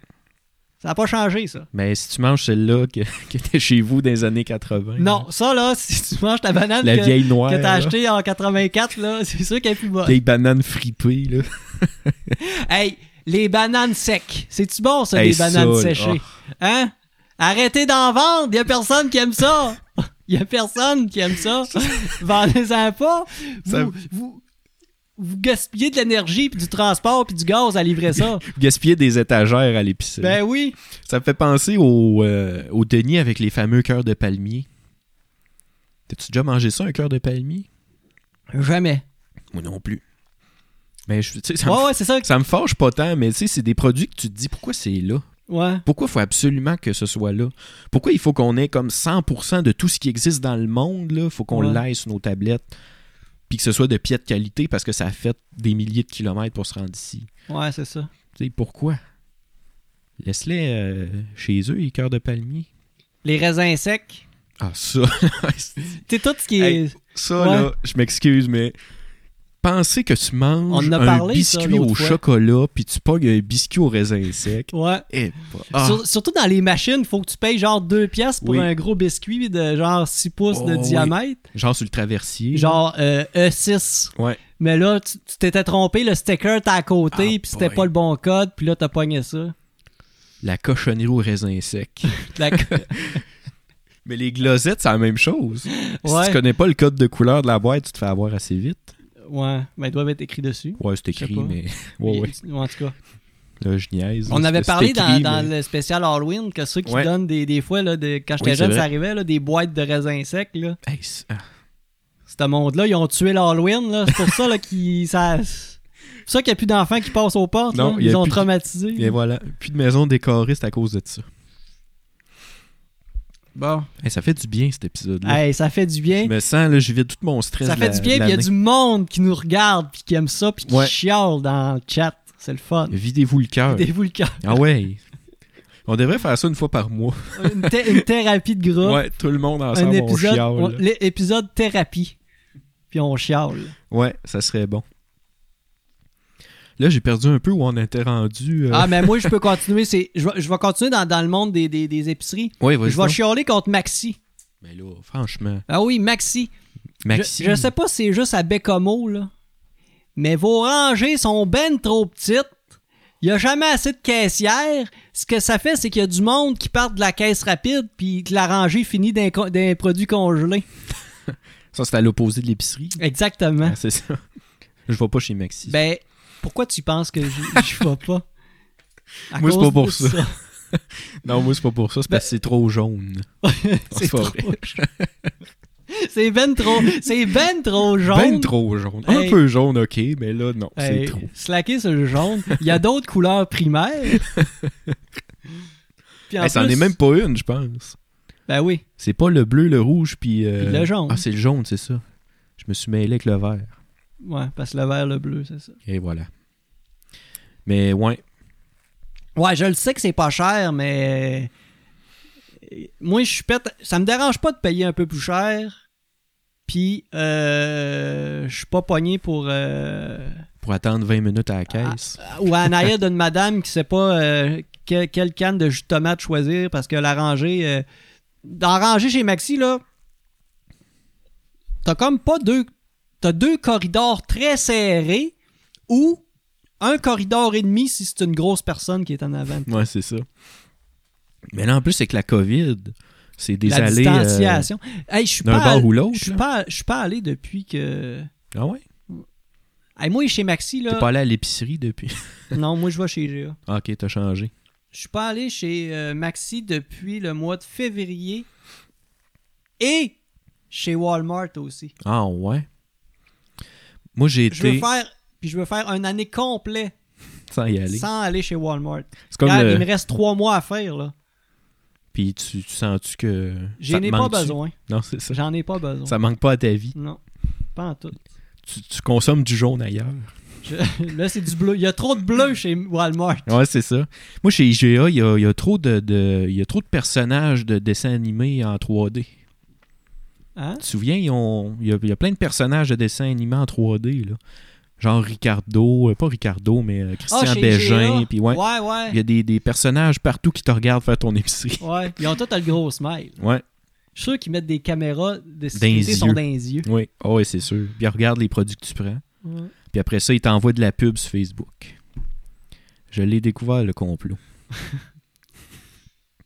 Speaker 1: Ça n'a pas changé, ça.
Speaker 2: Mais si tu manges celle-là que- qui était chez vous dans les années 80.
Speaker 1: Non, ça, là, si tu manges ta banane
Speaker 2: La
Speaker 1: que,
Speaker 2: vieille noire.
Speaker 1: que t'as
Speaker 2: là,
Speaker 1: achetée en 84, là, c'est sûr qu'elle est plus bonne.
Speaker 2: Vieille banane fripée, là.
Speaker 1: Hey, les bananes secs. C'est-tu bon, ça,
Speaker 2: Hey,
Speaker 1: les bananes
Speaker 2: ça, là, ah.
Speaker 1: séchées? Hein? Arrêtez d'en vendre. Il a personne qui aime ça. Il a personne qui aime ça. Vendez-en pas. Vous,
Speaker 2: Ça-
Speaker 1: vous, vous gaspillez de l'énergie, puis du transport, puis du gaz à livrer ça.
Speaker 2: Gaspiller des étagères à l'épicerie.
Speaker 1: Ben oui.
Speaker 2: Ça me fait penser au, euh, au denier avec les fameux cœurs de palmier. T'as-tu déjà mangé ça, un cœur de palmier?
Speaker 1: Jamais.
Speaker 2: Moi non plus. Mais je, tu sais, ça, me,
Speaker 1: Ouais, ouais, c'est ça. que-
Speaker 2: ça me fâche pas tant, mais tu sais, c'est des produits que tu te dis, pourquoi c'est là?
Speaker 1: Ouais.
Speaker 2: Pourquoi faut absolument que ce soit là? Pourquoi il faut qu'on ait comme 100% de tout ce qui existe dans le monde? Il faut qu'on
Speaker 1: Ouais.
Speaker 2: l'aille sur nos tablettes. Puis que ce soit de pied de qualité parce que ça a fait des milliers de kilomètres pour se rendre ici.
Speaker 1: Ouais, c'est ça.
Speaker 2: Tu sais, pourquoi? Laisse-les euh, chez eux, les cœurs de palmier.
Speaker 1: Les raisins secs.
Speaker 2: Ah, ça!
Speaker 1: C'est tout ce qui est.
Speaker 2: Hey, ça,
Speaker 1: Ouais.
Speaker 2: là, je m'excuse, mais penser que tu manges
Speaker 1: On en a
Speaker 2: un
Speaker 1: parlé, ça,
Speaker 2: biscuit
Speaker 1: l'autre
Speaker 2: au
Speaker 1: fois.
Speaker 2: chocolat puis tu pognes un biscuit au raisin sec.
Speaker 1: Ouais.
Speaker 2: Eh, bah, ah,
Speaker 1: Sur- surtout dans les machines, faut que tu payes genre 2 piastres pour
Speaker 2: Oui.
Speaker 1: un gros biscuit de genre 6 pouces
Speaker 2: Oh,
Speaker 1: de
Speaker 2: oui.
Speaker 1: diamètre.
Speaker 2: Genre sur le traversier.
Speaker 1: Genre euh, E6.
Speaker 2: Ouais.
Speaker 1: Mais là, tu tu t'étais trompé, le sticker t'es à côté,
Speaker 2: Ah,
Speaker 1: puis c'était
Speaker 2: boy.
Speaker 1: pas le bon code, puis là, t'as pogné ça.
Speaker 2: La cochonnerie au raisin sec.
Speaker 1: La-
Speaker 2: Mais les glosettes, c'est la même chose. Si
Speaker 1: Ouais.
Speaker 2: tu connais pas le code de couleur de la boîte, tu te fais avoir assez vite.
Speaker 1: ouais, ben, ils doivent être écrits dessus.
Speaker 2: Ouais, c'est écrit,
Speaker 1: pas.
Speaker 2: mais. Ouais, ouais.
Speaker 1: En tout cas.
Speaker 2: Là, je niaise.
Speaker 1: On
Speaker 2: là,
Speaker 1: avait
Speaker 2: c'est- c'est
Speaker 1: parlé dans,
Speaker 2: écrit,
Speaker 1: dans
Speaker 2: mais-
Speaker 1: le spécial Halloween que ceux qui
Speaker 2: Ouais.
Speaker 1: donnent des, des fois, là, des- quand j'étais
Speaker 2: Oui, c'est
Speaker 1: jeune,
Speaker 2: vrai.
Speaker 1: ça arrivait, là, des boîtes de raisins secs. Là.
Speaker 2: Hey, c'est- ah,
Speaker 1: Ce monde-là, ils ont tué l'Halloween. là. C'est pour ça là, qu'ils- ça- C'est pour ça qu'il n'y a plus d'enfants qui passent aux portes.
Speaker 2: Non,
Speaker 1: là.
Speaker 2: il y
Speaker 1: Ils
Speaker 2: a
Speaker 1: ont
Speaker 2: plus de-
Speaker 1: traumatisé.
Speaker 2: Et voilà. Plus de maison décorée, c'est à cause de ça.
Speaker 1: Bon.
Speaker 2: Hey, ça fait du bien cet épisode-là.
Speaker 1: Hey, ça fait du bien.
Speaker 2: Je me sens, là, je vide tout mon stress.
Speaker 1: Ça
Speaker 2: de
Speaker 1: fait
Speaker 2: la-
Speaker 1: du bien,
Speaker 2: de
Speaker 1: puis il y a
Speaker 2: l'année.
Speaker 1: du monde qui nous regarde, puis qui aime ça, puis qui
Speaker 2: Ouais.
Speaker 1: chiale dans le chat. C'est le fun.
Speaker 2: Videz-vous le cœur.
Speaker 1: Videz-vous le cœur.
Speaker 2: Ah ouais. On devrait faire ça une fois par mois.
Speaker 1: Une, thé- une thérapie de groupe.
Speaker 2: Ouais, tout le monde
Speaker 1: un
Speaker 2: ensemble,
Speaker 1: épisode,
Speaker 2: on
Speaker 1: on-
Speaker 2: chiale.
Speaker 1: l'é- épisode thérapie. Puis on chiale.
Speaker 2: Ouais, ça serait bon. Là, j'ai perdu un peu où on était rendu. euh.
Speaker 1: Ah, mais moi, je peux continuer. c'est- Je vais, je vais continuer dans, dans le monde des, des- des épiceries.
Speaker 2: ouais,
Speaker 1: Je
Speaker 2: vas-y
Speaker 1: vais
Speaker 2: donc.
Speaker 1: chialer contre Maxi.
Speaker 2: Mais là, franchement,
Speaker 1: Ah oui, Maxi. Je-
Speaker 2: Maxime.
Speaker 1: Je, sais pas si c'est juste à Bécomo, là. Mais vos rangées sont ben trop petites. Il n'y a jamais assez de caissières. Ce que ça fait, c'est qu'il y a du monde qui part de la caisse rapide puis que la rangée finit d'un, co- d'un produit congelé.
Speaker 2: Ça, c'est à l'opposé de l'épicerie.
Speaker 1: Exactement.
Speaker 2: Ah, c'est ça. Je vais pas chez Maxi.
Speaker 1: Ben, pourquoi tu penses que je je vais pas? À
Speaker 2: Moi, c'est
Speaker 1: cause
Speaker 2: pas pour
Speaker 1: de
Speaker 2: ça. non, moi, c'est pas pour ça, c'est parce
Speaker 1: ben,
Speaker 2: que c'est trop jaune.
Speaker 1: c'est
Speaker 2: C'est pas
Speaker 1: trop... c'est ben trop... C'est ben trop jaune.
Speaker 2: Ben trop jaune.
Speaker 1: Hey.
Speaker 2: Un peu jaune, ok, mais là, non,
Speaker 1: Hey,
Speaker 2: c'est trop.
Speaker 1: Slacker sur le jaune. Il y a d'autres couleurs primaires. Puis en
Speaker 2: Hey, ça en
Speaker 1: plus-
Speaker 2: est même pas une, je pense.
Speaker 1: Ben oui.
Speaker 2: C'est pas le bleu, le rouge, puis. euh,
Speaker 1: Puis le jaune.
Speaker 2: Ah, c'est le jaune, c'est ça. Je me suis mêlé avec le vert.
Speaker 1: Ouais, parce que le vert, le bleu, c'est ça.
Speaker 2: Et voilà. Mais ouais.
Speaker 1: Ouais, je le sais que c'est pas cher, mais. euh, Moi, je suis pète. Ça me dérange pas de payer un peu plus cher. Puis, euh, je suis pas pogné pour. euh,
Speaker 2: Pour attendre 20 minutes à
Speaker 1: Ah.
Speaker 2: la caisse.
Speaker 1: Ou à l'arrière d'une madame qui sait pas euh, que- quelle canne de jus de tomate choisir parce que la rangée. euh, dans la rangée chez Maxi, là, t'as comme pas deux. T'as deux corridors très serrés ou un corridor et demi si c'est une grosse personne qui est en avant.
Speaker 2: Ouais, c'est ça. Mais là, en plus, c'est que la COVID, c'est des
Speaker 1: la
Speaker 2: allées. euh,
Speaker 1: distanciation. Hey, je suis
Speaker 2: d'un
Speaker 1: pas.
Speaker 2: bar
Speaker 1: all-
Speaker 2: ou l'autre,
Speaker 1: Je suis
Speaker 2: là.
Speaker 1: pas, je suis pas allé depuis que.
Speaker 2: Ah ouais?
Speaker 1: Hey, moi, chez Maxi,
Speaker 2: T'es
Speaker 1: là.
Speaker 2: pas allé à l'épicerie depuis.
Speaker 1: Non, moi, je vais chez GA.
Speaker 2: Ah, ok, t'as changé.
Speaker 1: Je suis pas allé chez euh, Maxi depuis le mois de février et chez Walmart aussi.
Speaker 2: Ah ouais? Moi, j'ai
Speaker 1: Je veux
Speaker 2: été
Speaker 1: faire puis je veux faire une année complète
Speaker 2: sans y aller.
Speaker 1: sans aller chez Walmart.
Speaker 2: C'est comme
Speaker 1: Regarde,
Speaker 2: le-
Speaker 1: Il me reste trois mois à faire là.
Speaker 2: Puis tu, tu sens-tu que.
Speaker 1: J'en
Speaker 2: ça te
Speaker 1: ai pas
Speaker 2: manque-tu?
Speaker 1: besoin.
Speaker 2: Non, c'est ça.
Speaker 1: J'en ai pas besoin.
Speaker 2: Ça manque pas à ta vie.
Speaker 1: Non, pas en tout.
Speaker 2: Tu, tu consommes du jaune ailleurs.
Speaker 1: Je- Là c'est du bleu. Il y a trop de bleu chez Walmart.
Speaker 2: Ouais, c'est ça. Moi, chez IGA, il y a, il y a trop de, de- il y a trop de personnages de dessins animés en 3D.
Speaker 1: Hein?
Speaker 2: Tu te souviens, ils ont- il y, a, il y a plein de personnages de dessins animés en 3D, là. Genre Ricardo, euh, pas Ricardo, mais euh,
Speaker 1: Ah,
Speaker 2: Christian
Speaker 1: chez
Speaker 2: Bégin.
Speaker 1: IGA.
Speaker 2: Puis
Speaker 1: ouais,
Speaker 2: ouais, il y
Speaker 1: ouais.
Speaker 2: a des, des personnages partout qui te regardent faire ton épicerie.
Speaker 1: Ouais. Ils ont tous le gros smile.
Speaker 2: Ouais,
Speaker 1: Je suis sûr qu'ils mettent des caméras de
Speaker 2: les
Speaker 1: sécurité sont
Speaker 2: yeux.
Speaker 1: dans les yeux.
Speaker 2: oui. Ah ouais, c'est sûr. Puis ils regardent les produits que tu prends.
Speaker 1: Ouais.
Speaker 2: Puis après ça, ils t'envoient de la pub sur Facebook. Je l'ai découvert, le complot.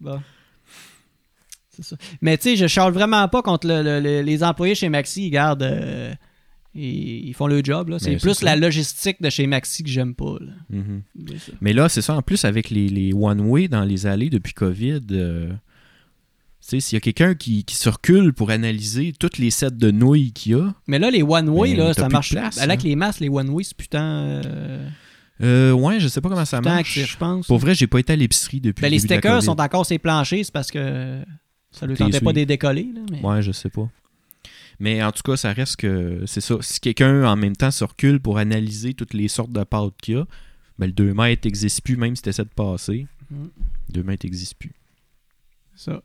Speaker 1: Bon. C'est ça. Mais tu sais, je charle vraiment pas contre le- le- le- les employés chez Maxi. Ils gardent. euh, ils, ils font leur job. là. C'est
Speaker 2: Mais
Speaker 1: plus
Speaker 2: c'est
Speaker 1: la
Speaker 2: ça.
Speaker 1: logistique de chez Maxi que j'aime pas. là.
Speaker 2: Mhm.
Speaker 1: C'est ça.
Speaker 2: Mais là, c'est ça. En plus, avec les, les one-way dans les allées depuis COVID, euh, tu sais, s'il y a quelqu'un qui, qui se recule pour analyser toutes les sets de nouilles qu'il y a,
Speaker 1: Mais là, les one-way,
Speaker 2: Mais
Speaker 1: là, ça
Speaker 2: t'as plus de
Speaker 1: marche.
Speaker 2: place,
Speaker 1: ben, là,
Speaker 2: hein.
Speaker 1: avec les masses, les one-way, c'est putain. euh,
Speaker 2: euh, ouais, je sais pas comment ça
Speaker 1: putain
Speaker 2: marche.
Speaker 1: actif, je pense.
Speaker 2: Pour vrai, j'ai pas été à l'épicerie depuis
Speaker 1: Ben,
Speaker 2: le
Speaker 1: les
Speaker 2: début de la
Speaker 1: stickers
Speaker 2: COVID.
Speaker 1: sont encore ces planchers. C'est parce que ça ne
Speaker 2: T'es
Speaker 1: tentait pas
Speaker 2: sweet.
Speaker 1: de les décoller. là, mais-
Speaker 2: Ouais, je sais pas. Mais en tout cas, ça reste que. C'est ça. Si quelqu'un en même temps se recule pour analyser toutes les sortes de pâtes qu'il y a, ben, le 2 mètres n'existe plus, même si tu essaies de passer.
Speaker 1: Mhm.
Speaker 2: 2 mètres n'existe plus.
Speaker 1: Ça.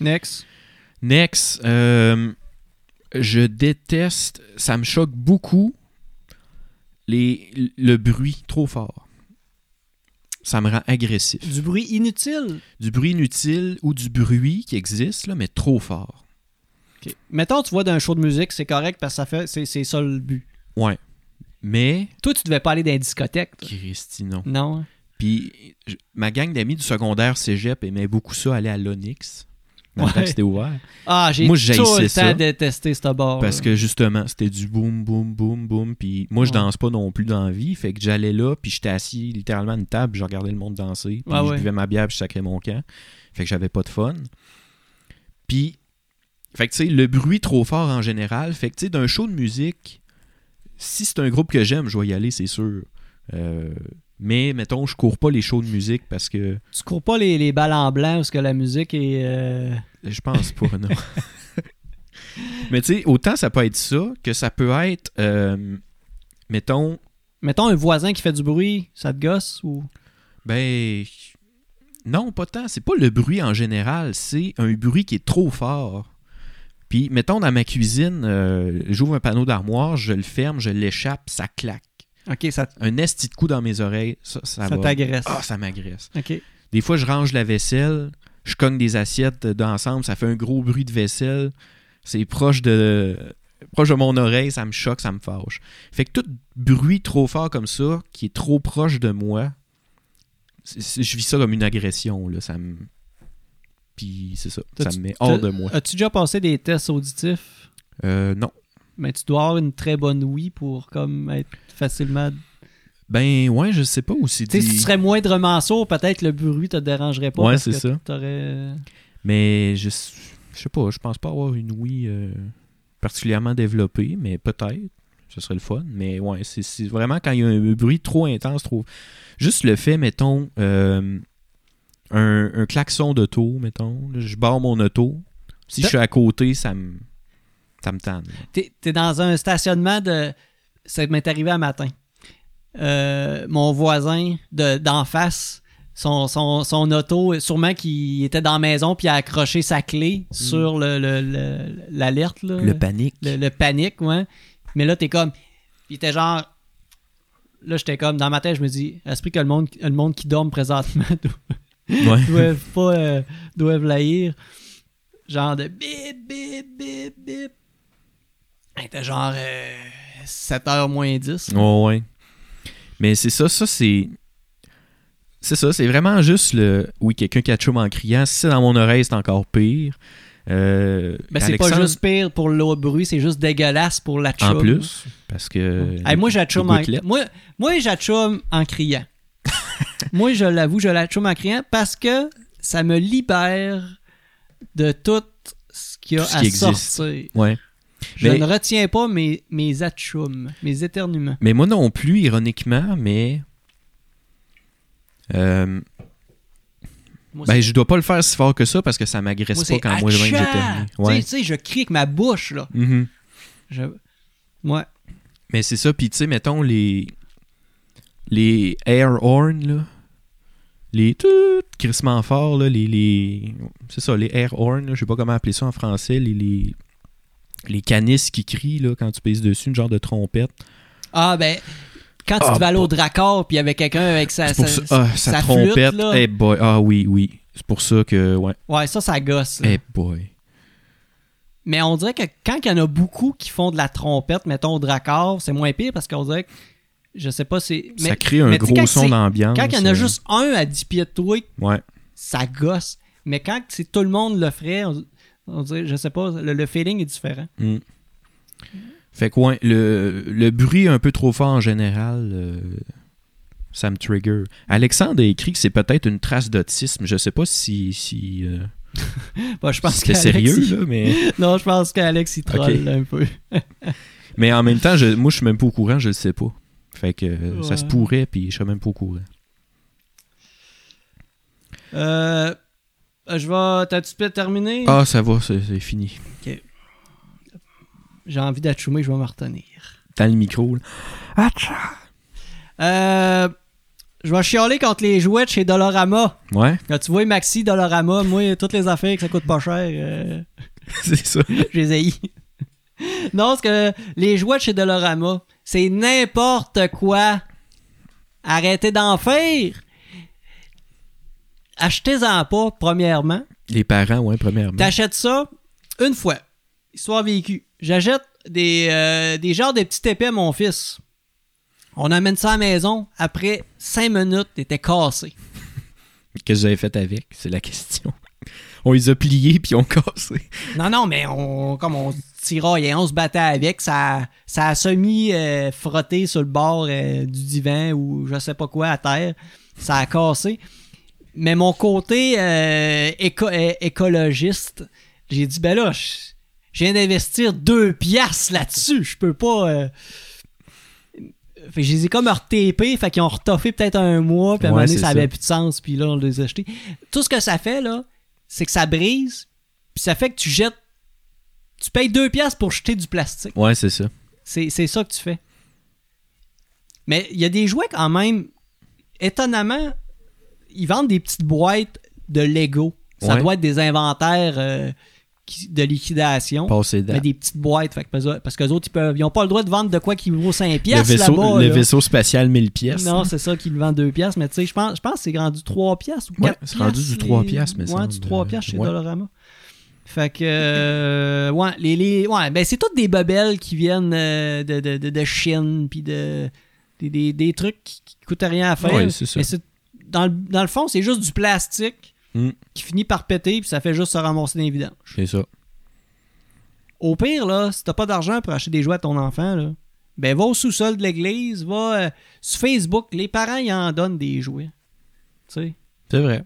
Speaker 1: Next.
Speaker 2: Next, euh, je déteste, ça me choque beaucoup les, le bruit trop fort. Ça me rend agressif.
Speaker 1: Du bruit inutile.
Speaker 2: Du bruit inutile ou du bruit qui existe, là, mais trop fort.
Speaker 1: Ok. Mettons, tu vois d'un show de musique, c'est correct parce que ça fait, c'est c'est ça le but.
Speaker 2: Ouais. Mais,
Speaker 1: Toi, tu devais pas aller dans les discothèques. toi.
Speaker 2: Christy, non.
Speaker 1: Non. hein?
Speaker 2: Puis, je- ma gang d'amis du secondaire cégep aimait beaucoup ça, aller à l'Onyx. Dans le temps
Speaker 1: Ouais.
Speaker 2: que c'était ouvert.
Speaker 1: Ah, j'ai tout
Speaker 2: Moi, je haïssais
Speaker 1: le temps
Speaker 2: ça.
Speaker 1: détesté ce bar.
Speaker 2: Parce que justement, c'était du boum, boum, boum, boum. Puis moi, je
Speaker 1: Ouais.
Speaker 2: danse pas non plus dans la vie. Fait que j'allais là, puis j'étais assis littéralement à une table, puis je regardais le monde danser. Puis
Speaker 1: Ouais,
Speaker 2: je
Speaker 1: ouais.
Speaker 2: buvais ma bière, puis je sacrais mon camp. Fait que j'avais pas de fun. Puis, fait que tu sais, le bruit trop fort en général. Fait que tu sais, d'un show de musique, si c'est un groupe que j'aime, je vais y aller, c'est sûr. Euh, mais mettons, je cours pas les shows de musique parce que.
Speaker 1: tu cours pas les, les balles en blanc parce que la musique est. euh,
Speaker 2: Je pense pas, non. Mais tu sais, autant ça peut être ça que ça peut être, euh, mettons,
Speaker 1: Mettons un voisin qui fait du bruit, ça te gosse ou.
Speaker 2: ben. Non, pas tant. C'est pas le bruit en général, c'est un bruit qui est trop fort. Puis, mettons, dans ma cuisine, euh, j'ouvre un panneau d'armoire, je le ferme, je l'échappe, ça claque.
Speaker 1: Ok, ça,
Speaker 2: Un esti de coup dans mes oreilles, ça, ça,
Speaker 1: ça
Speaker 2: va.
Speaker 1: t'agresse.
Speaker 2: Ah, ça m'agresse.
Speaker 1: Ok.
Speaker 2: Des fois, je range la vaisselle, je cogne des assiettes d'ensemble, ça fait un gros bruit de vaisselle. C'est proche de proche de mon oreille, ça me choque, ça me fâche. Fait que tout bruit trop fort comme ça, qui est trop proche de moi, c'est- c'est- je vis ça comme une agression. Là, ça me... Puis c'est ça, ça
Speaker 1: T'as-tu-
Speaker 2: me met
Speaker 1: t'as-
Speaker 2: hors de moi.
Speaker 1: As-tu déjà passé des tests auditifs?
Speaker 2: Euh, non.
Speaker 1: Mais tu dois avoir une très bonne ouïe pour comme être facilement.
Speaker 2: Ben ouais, je sais pas aussi.
Speaker 1: Tu sais, si tu serais moindrement sourd, peut-être le bruit te dérangerait pas.
Speaker 2: Ouais,
Speaker 1: parce
Speaker 2: c'est
Speaker 1: que
Speaker 2: ça.
Speaker 1: t'aurais-
Speaker 2: Mais je, s- je sais pas, je pense pas avoir une Wii euh, particulièrement développée, mais peut-être. Ce serait le fun. Mais ouais, c'est- c'est vraiment quand il y a un bruit trop intense, trop. Juste le fait, mettons, euh, un, un klaxon d'auto, mettons. là, je barre mon auto. Si je suis à côté, ça me. Ça me tanne.
Speaker 1: T'es t'es dans un stationnement de. Ça m'est arrivé un matin. Euh, mon voisin de- d'en face, son, son, son auto, sûrement qu'il était dans la maison puis il a accroché sa clé sur le- le- le- l'alerte. là.
Speaker 2: panique.
Speaker 1: le, le panique, ouais. Mais là, t'es comme. Puis t'es genre. Là, j'étais comme. Dans ma tête, je me dis, esprit que le monde, le monde qui dorme présentement
Speaker 2: Ouais.
Speaker 1: doivent pas. euh, doivent l'haïr. Genre de bip, bip, bip, bip. Hey, T'es genre. 7h moins 10.
Speaker 2: Ouais, ouais. Mais c'est ça, ça c'est. C'est ça, c'est vraiment juste le. Oui, quelqu'un qui a chum en criant. Si c'est dans mon oreille, c'est encore pire. Euh,
Speaker 1: Ben, c'est pas
Speaker 2: Alexandre,
Speaker 1: juste pire pour le bruit, c'est juste dégueulasse pour la chum.
Speaker 2: En plus, parce que.
Speaker 1: Hey, moi, j'achoume en...
Speaker 2: gouttelettes.
Speaker 1: Moi, moi, j'achoume en criant. moi, je l'avoue, je l'achoume en criant parce que ça me libère de tout ce qu'il y a
Speaker 2: Tout ce
Speaker 1: à
Speaker 2: qui existe.
Speaker 1: sortir.
Speaker 2: Ouais.
Speaker 1: Je
Speaker 2: Mais-
Speaker 1: ne retiens pas mes, mes achoums, mes éternuements.
Speaker 2: Mais moi non plus, ironiquement, mais. Euh,
Speaker 1: Moi,
Speaker 2: ben,
Speaker 1: c'est-
Speaker 2: je dois pas le faire si fort que ça parce que ça m'agresse pas
Speaker 1: c'est
Speaker 2: quand moi je
Speaker 1: atcha!
Speaker 2: j'éternue.
Speaker 1: Tu sais-
Speaker 2: Ouais.
Speaker 1: Tu sais, je crie avec ma bouche, là.
Speaker 2: Mhm.
Speaker 1: Je... Ouais.
Speaker 2: Mais c'est ça, puis tu sais, mettons les. Les air horns, là. Les tout crissement forts, là. Les. les c'est ça, les air horns, là, je sais pas comment appeler ça en français. Les. Les, les canisses qui crient, là, quand tu pèses dessus, une genre de trompette.
Speaker 1: Ah, ben, quand tu
Speaker 2: Ah,
Speaker 1: te vas aller au dracard, puis il y avait quelqu'un avec sa,
Speaker 2: C'est pour
Speaker 1: sa-
Speaker 2: ça. Ah, sa,
Speaker 1: sa flûte,
Speaker 2: trompette.
Speaker 1: là.
Speaker 2: Eh boy. Ah oui, oui. C'est pour ça que. Ouais.
Speaker 1: Ouais, ça, ça gosse. là.
Speaker 2: Eh boy.
Speaker 1: Mais on dirait que quand il y en a beaucoup qui font de la trompette, mettons au dracard, c'est moins pire parce qu'on dirait que je sais pas c'est.
Speaker 2: ça crée un
Speaker 1: mais tu sais,
Speaker 2: gros
Speaker 1: quand
Speaker 2: son
Speaker 1: c'est-
Speaker 2: d'ambiance.
Speaker 1: Quand il y en a
Speaker 2: euh,
Speaker 1: juste un à 10 pieds de toi,
Speaker 2: Ouais.
Speaker 1: ça gosse. Mais quand c'est tout le monde le ferait, on, on dirait, je sais pas, le, le feeling est différent.
Speaker 2: Mm. Fait que ouais, le, le bruit un peu trop fort en général, euh, ça me trigger. Alexandre a écrit que c'est peut-être une trace d'autisme. Je sais pas si, si, euh,
Speaker 1: Bah, je pense
Speaker 2: si c'était
Speaker 1: qu'Alex,
Speaker 2: sérieux,
Speaker 1: il-
Speaker 2: là, mais,
Speaker 1: Non, je pense qu'Alex il troll
Speaker 2: Ok.
Speaker 1: un peu.
Speaker 2: mais en même temps, je, moi, je suis même pas au courant, je le sais pas. Fait que euh, ça se
Speaker 1: Ouais.
Speaker 2: pourrait, puis je suis même pas au courant.
Speaker 1: Euh, je vais. T'as-tu peut-être terminé?
Speaker 2: Ah, ça va, c'est c'est fini.
Speaker 1: J'ai envie d'achoumer, je vais m'en retenir.
Speaker 2: Dans le micro, là.
Speaker 1: Euh, je vais chialer contre les jouets de chez Dolorama.
Speaker 2: Ouais,
Speaker 1: Quand tu vois Maxi, Dolorama, moi, toutes les affaires que ça coûte pas cher, euh,
Speaker 2: c'est ça.
Speaker 1: je les haïs. non, parce que les jouets de chez Dolorama, c'est n'importe quoi. Arrêtez d'en faire. Achetez-en pas, premièrement.
Speaker 2: Les parents, ouais, premièrement.
Speaker 1: T'achètes ça une fois. Histoire vécue. J'achète des, euh, des genres de petits épées à mon fils. On amène ça à la maison. Après 5 minutes, t'étais cassé.
Speaker 2: Qu'est-ce que vous avez fait avec C'est la question. On les a pliés, puis on cassé.
Speaker 1: Non, non, mais on, comme on tiraillait, on se battait avec, ça, ça a semi-frotté sur le bord euh, du divan ou je sais pas quoi à terre. Ça a cassé. Mais mon côté euh, éco- euh, écologiste, j'ai dit, ben là, je je viens d'investir deux piastres là-dessus. Je peux pas. euh. Fait que je les ai comme retapés, fait qu'ils ont retoffé peut-être un mois, puis à un
Speaker 2: Ouais,
Speaker 1: moment donné,
Speaker 2: c'est
Speaker 1: ça
Speaker 2: ça.
Speaker 1: avait plus de sens, puis là, on les a achetés. Tout ce que ça fait, là, c'est que ça brise, Puis ça fait que tu jettes. Tu payes 2 piastres pour jeter du plastique.
Speaker 2: Ouais, c'est ça.
Speaker 1: C'est c'est ça que tu fais. Mais il y a des jouets quand même. Étonnamment, ils vendent des petites boîtes de Lego. Ça
Speaker 2: Ouais.
Speaker 1: doit être des inventaires euh, qui- de liquidation.
Speaker 2: Passer
Speaker 1: Mais
Speaker 2: date.
Speaker 1: des petites boîtes. Fait que parce- parce qu'eux autres, ils peuvent. Ils n'ont pas le droit de vendre de quoi qui vaut 5
Speaker 2: Le
Speaker 1: piastres
Speaker 2: vaisseau,
Speaker 1: là-bas.
Speaker 2: le
Speaker 1: là.
Speaker 2: vaisseau spatial 1000 pièces. hein.
Speaker 1: Non, c'est ça qui le vend 2 piastres, mais tu sais, je pense, je pense que c'est rendu 3 piastres ou 4
Speaker 2: Ouais, c'est rendu du 3 piastres, mais
Speaker 1: Ouais,
Speaker 2: semble.
Speaker 1: du 3 piastres chez
Speaker 2: Ouais.
Speaker 1: Dolorama. Fait que, euh, ouais, les, les- ouais, ben c'est toutes des bebelles qui viennent euh, de, de, de, de Chine, puis de, des, des, des trucs qui, qui coûtent rien à faire.
Speaker 2: Ouais, c'est ça.
Speaker 1: mais c'est, dans, le, dans le fond, c'est juste du plastique
Speaker 2: Mm.
Speaker 1: qui finit par péter, puis ça fait juste se ramasser dans les vidanges.
Speaker 2: C'est ça.
Speaker 1: Au pire, là, si t'as pas d'argent pour acheter des jouets à ton enfant, là, ben va au sous-sol de l'église, va euh, sur Facebook, les parents ils en donnent des jouets. Tu sais.
Speaker 2: C'est vrai.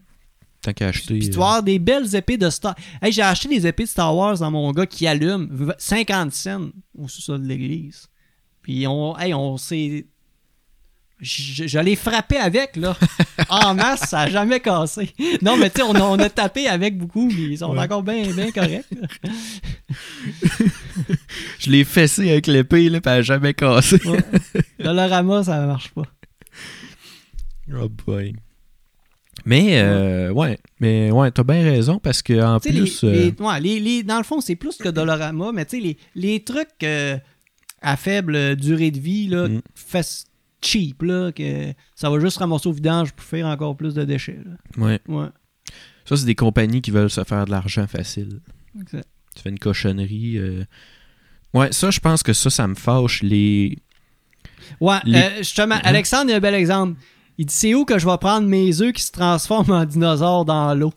Speaker 2: Tant qu'à acheter.
Speaker 1: Puis tu
Speaker 2: euh,
Speaker 1: vas avoir des belles épées de Star Hey, j'ai acheté des épées de Star Wars dans mon gars qui allument v- 50 cents au sous-sol de l'église. Puis on, hey, on s'est. Je, je l'ai frappé avec, là. En masse, ça a jamais cassé. Non, mais tu sais, on, a- on a tapé avec beaucoup, mais ils sont
Speaker 2: Ouais.
Speaker 1: encore bien bien corrects. là.
Speaker 2: Je l'ai fessé avec l'épée, là, pis elle a jamais cassé.
Speaker 1: Ouais. Dolorama, ça marche pas.
Speaker 2: Oh boy. Mais, euh, ouais. Mais, ouais, t'as bien raison parce que en
Speaker 1: Tu sais, les-
Speaker 2: plus. euh,
Speaker 1: les- ouais, les- les- dans le fond, c'est plus que Dolorama, mais tu sais, les, les trucs euh, à faible durée de vie, là,
Speaker 2: Mm.
Speaker 1: fast- cheap, là, que ça va juste ramasser au vidange pour faire encore plus de déchets. là.
Speaker 2: ouais.
Speaker 1: Ouais,
Speaker 2: Ça, c'est des compagnies qui veulent se faire de l'argent facile.
Speaker 1: exact.
Speaker 2: Tu fais une cochonnerie. euh. Ouais, ça, je pense que ça, ça me fâche. Les.
Speaker 1: Ouais,
Speaker 2: Les-
Speaker 1: euh, justement,
Speaker 2: Mhm.
Speaker 1: Alexandre, il y a un bel exemple. Il dit C'est où que je vais prendre mes œufs qui se transforment en dinosaures dans l'eau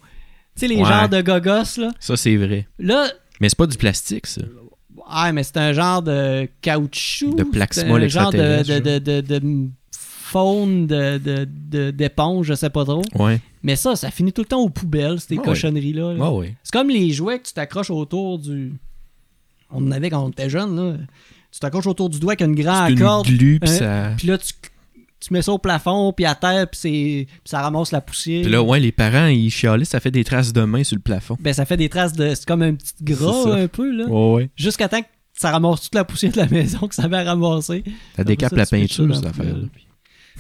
Speaker 1: Tu sais, les
Speaker 2: Ouais.
Speaker 1: genres de gogos, là.
Speaker 2: Ça, c'est vrai.
Speaker 1: Là,
Speaker 2: Mais c'est pas du plastique, ça.
Speaker 1: Ah, mais c'est un genre de caoutchouc.
Speaker 2: De plaxmol
Speaker 1: c'est un genre de,
Speaker 2: extraterrestre,
Speaker 1: de, de, de, de faune, de, de, de- d'éponge, je sais pas trop.
Speaker 2: Ouais.
Speaker 1: Mais ça, ça finit tout le temps aux poubelles, ces
Speaker 2: Ouais.
Speaker 1: cochonneries-là. là.
Speaker 2: Ouais, ouais.
Speaker 1: C'est comme les jouets que tu t'accroches autour du. On en avait quand on était jeune, là. Tu t'accroches autour du doigt avec une
Speaker 2: C'est
Speaker 1: grande
Speaker 2: une
Speaker 1: corde,
Speaker 2: glu, pis
Speaker 1: Hein?
Speaker 2: ça.
Speaker 1: puis là, tu, tu mets ça au plafond, puis à terre, puis, c'est, puis ça ramasse la poussière.
Speaker 2: Puis là, ouais, les parents, ils chialaient, ça fait des traces de mains sur le plafond.
Speaker 1: Ben, ça fait des traces de. C'est comme un petit
Speaker 2: C'est
Speaker 1: gras,
Speaker 2: ça.
Speaker 1: un peu, là.
Speaker 2: Ouais, ouais.
Speaker 1: Jusqu'à temps que ça ramasse toute la poussière de la maison que ça avait ramassé.
Speaker 2: Ça décape la
Speaker 1: tu pitches ça
Speaker 2: peinture,
Speaker 1: dans
Speaker 2: cette
Speaker 1: la
Speaker 2: affaire-là.
Speaker 1: poubelle, puis-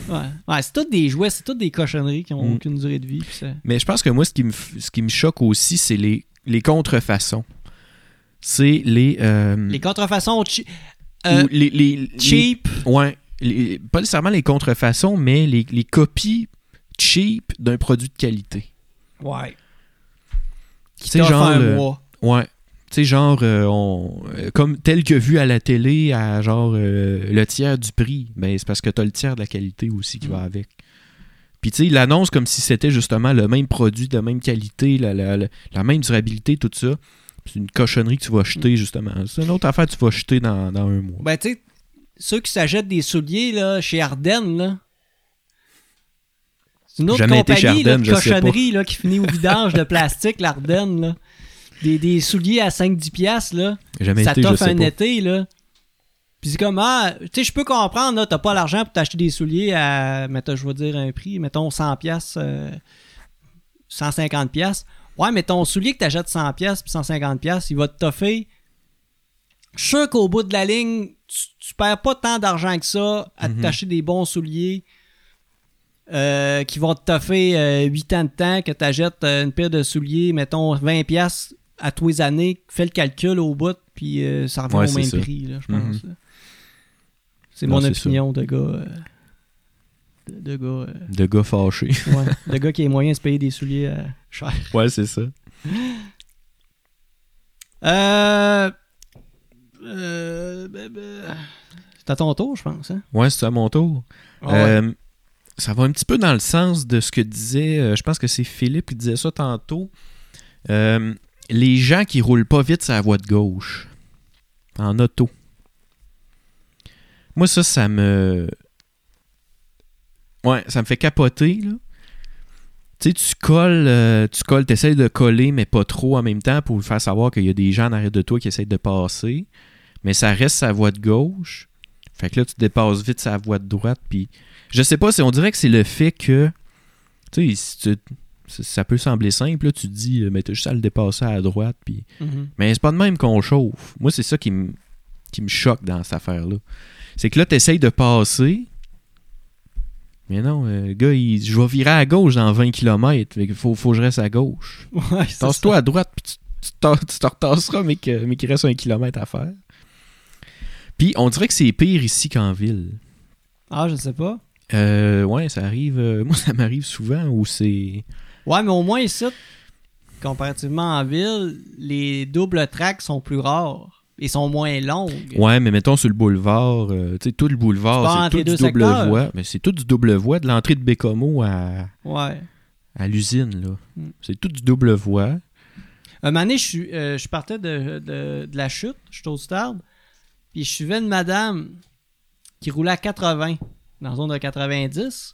Speaker 1: Ouais, ouais c'est toutes des jouets, c'est toutes des cochonneries qui ont
Speaker 2: Mm.
Speaker 1: aucune durée de vie. puis ça-
Speaker 2: Mais je pense que moi, ce qui me, f- ce qui me choque aussi, c'est les, les contrefaçons. C'est les, euh,
Speaker 1: Les contrefaçons chi-
Speaker 2: ou
Speaker 1: euh,
Speaker 2: les, les-
Speaker 1: cheap.
Speaker 2: les- ouais, les- pas nécessairement les contrefaçons, mais les, les copies cheap d'un produit de qualité.
Speaker 1: Ouais. Qui
Speaker 2: C'est
Speaker 1: t'offrent
Speaker 2: genre
Speaker 1: un
Speaker 2: le-
Speaker 1: mois.
Speaker 2: Ouais. Tu sais, genre, euh, on, euh, comme tel que vu à la télé, à genre euh, le tiers du prix, ben, c'est parce que tu as le tiers de la qualité aussi qui va
Speaker 1: Mm.
Speaker 2: avec. Puis tu sais, il l'annonce comme si c'était justement le même produit, de même qualité, la, la- la- la même durabilité, tout ça. C'est une cochonnerie que tu vas
Speaker 1: Mm.
Speaker 2: jeter, justement. C'est une autre affaire que tu vas jeter dans, dans un mois.
Speaker 1: Ben, tu sais, ceux qui s'achètent des souliers là, chez Ardennes, là. C'est une autre
Speaker 2: Jamais été
Speaker 1: compagnie
Speaker 2: chez
Speaker 1: là,
Speaker 2: Ardennes,
Speaker 1: de
Speaker 2: je sais pas.
Speaker 1: cochonnerie là, qui finit au vidange de plastique, l'Ardenne. Là. Des, des souliers à 5-10 piastres, là.
Speaker 2: Jamais
Speaker 1: ça
Speaker 2: été, je
Speaker 1: t'offre
Speaker 2: sais
Speaker 1: un
Speaker 2: pas.
Speaker 1: été, là. Puis c'est comme, ah, tu sais, je peux comprendre, là, t'as pas l'argent pour t'acheter des souliers à, mettons, je vais dire un prix, mettons euh, 100 pièces 150 pièces Ouais, mais ton soulier que t'achètes 100 pièces puis 150 pièces il va te toffer. Je suis sûr qu'au bout de la ligne, tu, tu perds pas tant d'argent que ça à
Speaker 2: Mhm.
Speaker 1: t'acheter des bons souliers euh, qui vont te toffer euh, 8 ans de temps que t'achètes euh, une paire de souliers, mettons 20 pièces à tous les années, fais le calcul au bout, puis euh, ça revient
Speaker 2: Ouais,
Speaker 1: au
Speaker 2: c'est
Speaker 1: même
Speaker 2: ça. Mhm.
Speaker 1: prix, là, je pense. C'est
Speaker 2: Non,
Speaker 1: mon
Speaker 2: c'est
Speaker 1: opinion de gars. euh, de, de gars. euh,
Speaker 2: De gars fâchés.
Speaker 1: ouais, de gars qui a les moyens de se payer des souliers euh, chers.
Speaker 2: ouais, c'est ça.
Speaker 1: Euh. euh, ben, ben, C'est à ton tour, je pense. Hein?
Speaker 2: Ouais, c'est à mon tour.
Speaker 1: Ah ouais.
Speaker 2: Euh, ça va un petit peu dans le sens de ce que disait, euh, je pense que c'est Philippe qui disait ça tantôt. Euh, les gens qui roulent pas vite sur la voie de gauche, en auto. Moi, ça, ça me. Ouais, ça me fait capoter, là. Tu sais, tu colles, euh, tu colles, t'essayes de coller, mais pas trop en même temps pour lui faire savoir qu'il y a des gens en arrière de toi qui essayent de passer. Mais ça reste sa voie de gauche. Fait que là, tu dépasses vite sa voie de droite. Puis je sais pas, c'est- on dirait que c'est le fait que. Tu sais, si tu- ça, ça peut sembler simple, là, tu te dis, euh, mais t'as juste à le dépasser à la droite. Puis...
Speaker 1: Mhm.
Speaker 2: Mais c'est pas de même qu'on chauffe. Moi, c'est ça qui me qui me choque dans cette affaire-là. C'est que là, t'essayes de passer. Mais non, euh, le gars, il, je vais virer à gauche dans 20 km. Il faut, faut que je reste à gauche.
Speaker 1: Ouais, c'est
Speaker 2: Tasse-toi à droite, puis tu- tu t'en- tu te retasseras, mais que- mais qu'il reste un kilomètre à faire. Puis on dirait que c'est pire ici qu'en ville.
Speaker 1: ça. Ah, je sais pas.
Speaker 2: Euh, ouais, ça arrive. euh, moi, ça m'arrive souvent où c'est.
Speaker 1: Ouais, mais au moins ici, comparativement en ville, les doubles tracks sont plus rares et sont moins longues.
Speaker 2: Ouais, mais mettons sur le boulevard, euh, tu sais, tout le
Speaker 1: Tu pars
Speaker 2: boulevard,
Speaker 1: entre
Speaker 2: c'est
Speaker 1: les
Speaker 2: tout du
Speaker 1: deux
Speaker 2: double
Speaker 1: secteurs.
Speaker 2: voie. Mais c'est tout du double voie de l'entrée de Bécomo à,
Speaker 1: Ouais.
Speaker 2: à l'usine, là.
Speaker 1: Mm.
Speaker 2: C'est tout du double voie.
Speaker 1: Un moment donné, je, suis- euh, je partais de, de- de la chute, je suis au Starb, puis je suivais une madame qui roulait à 80, dans la zone de 90.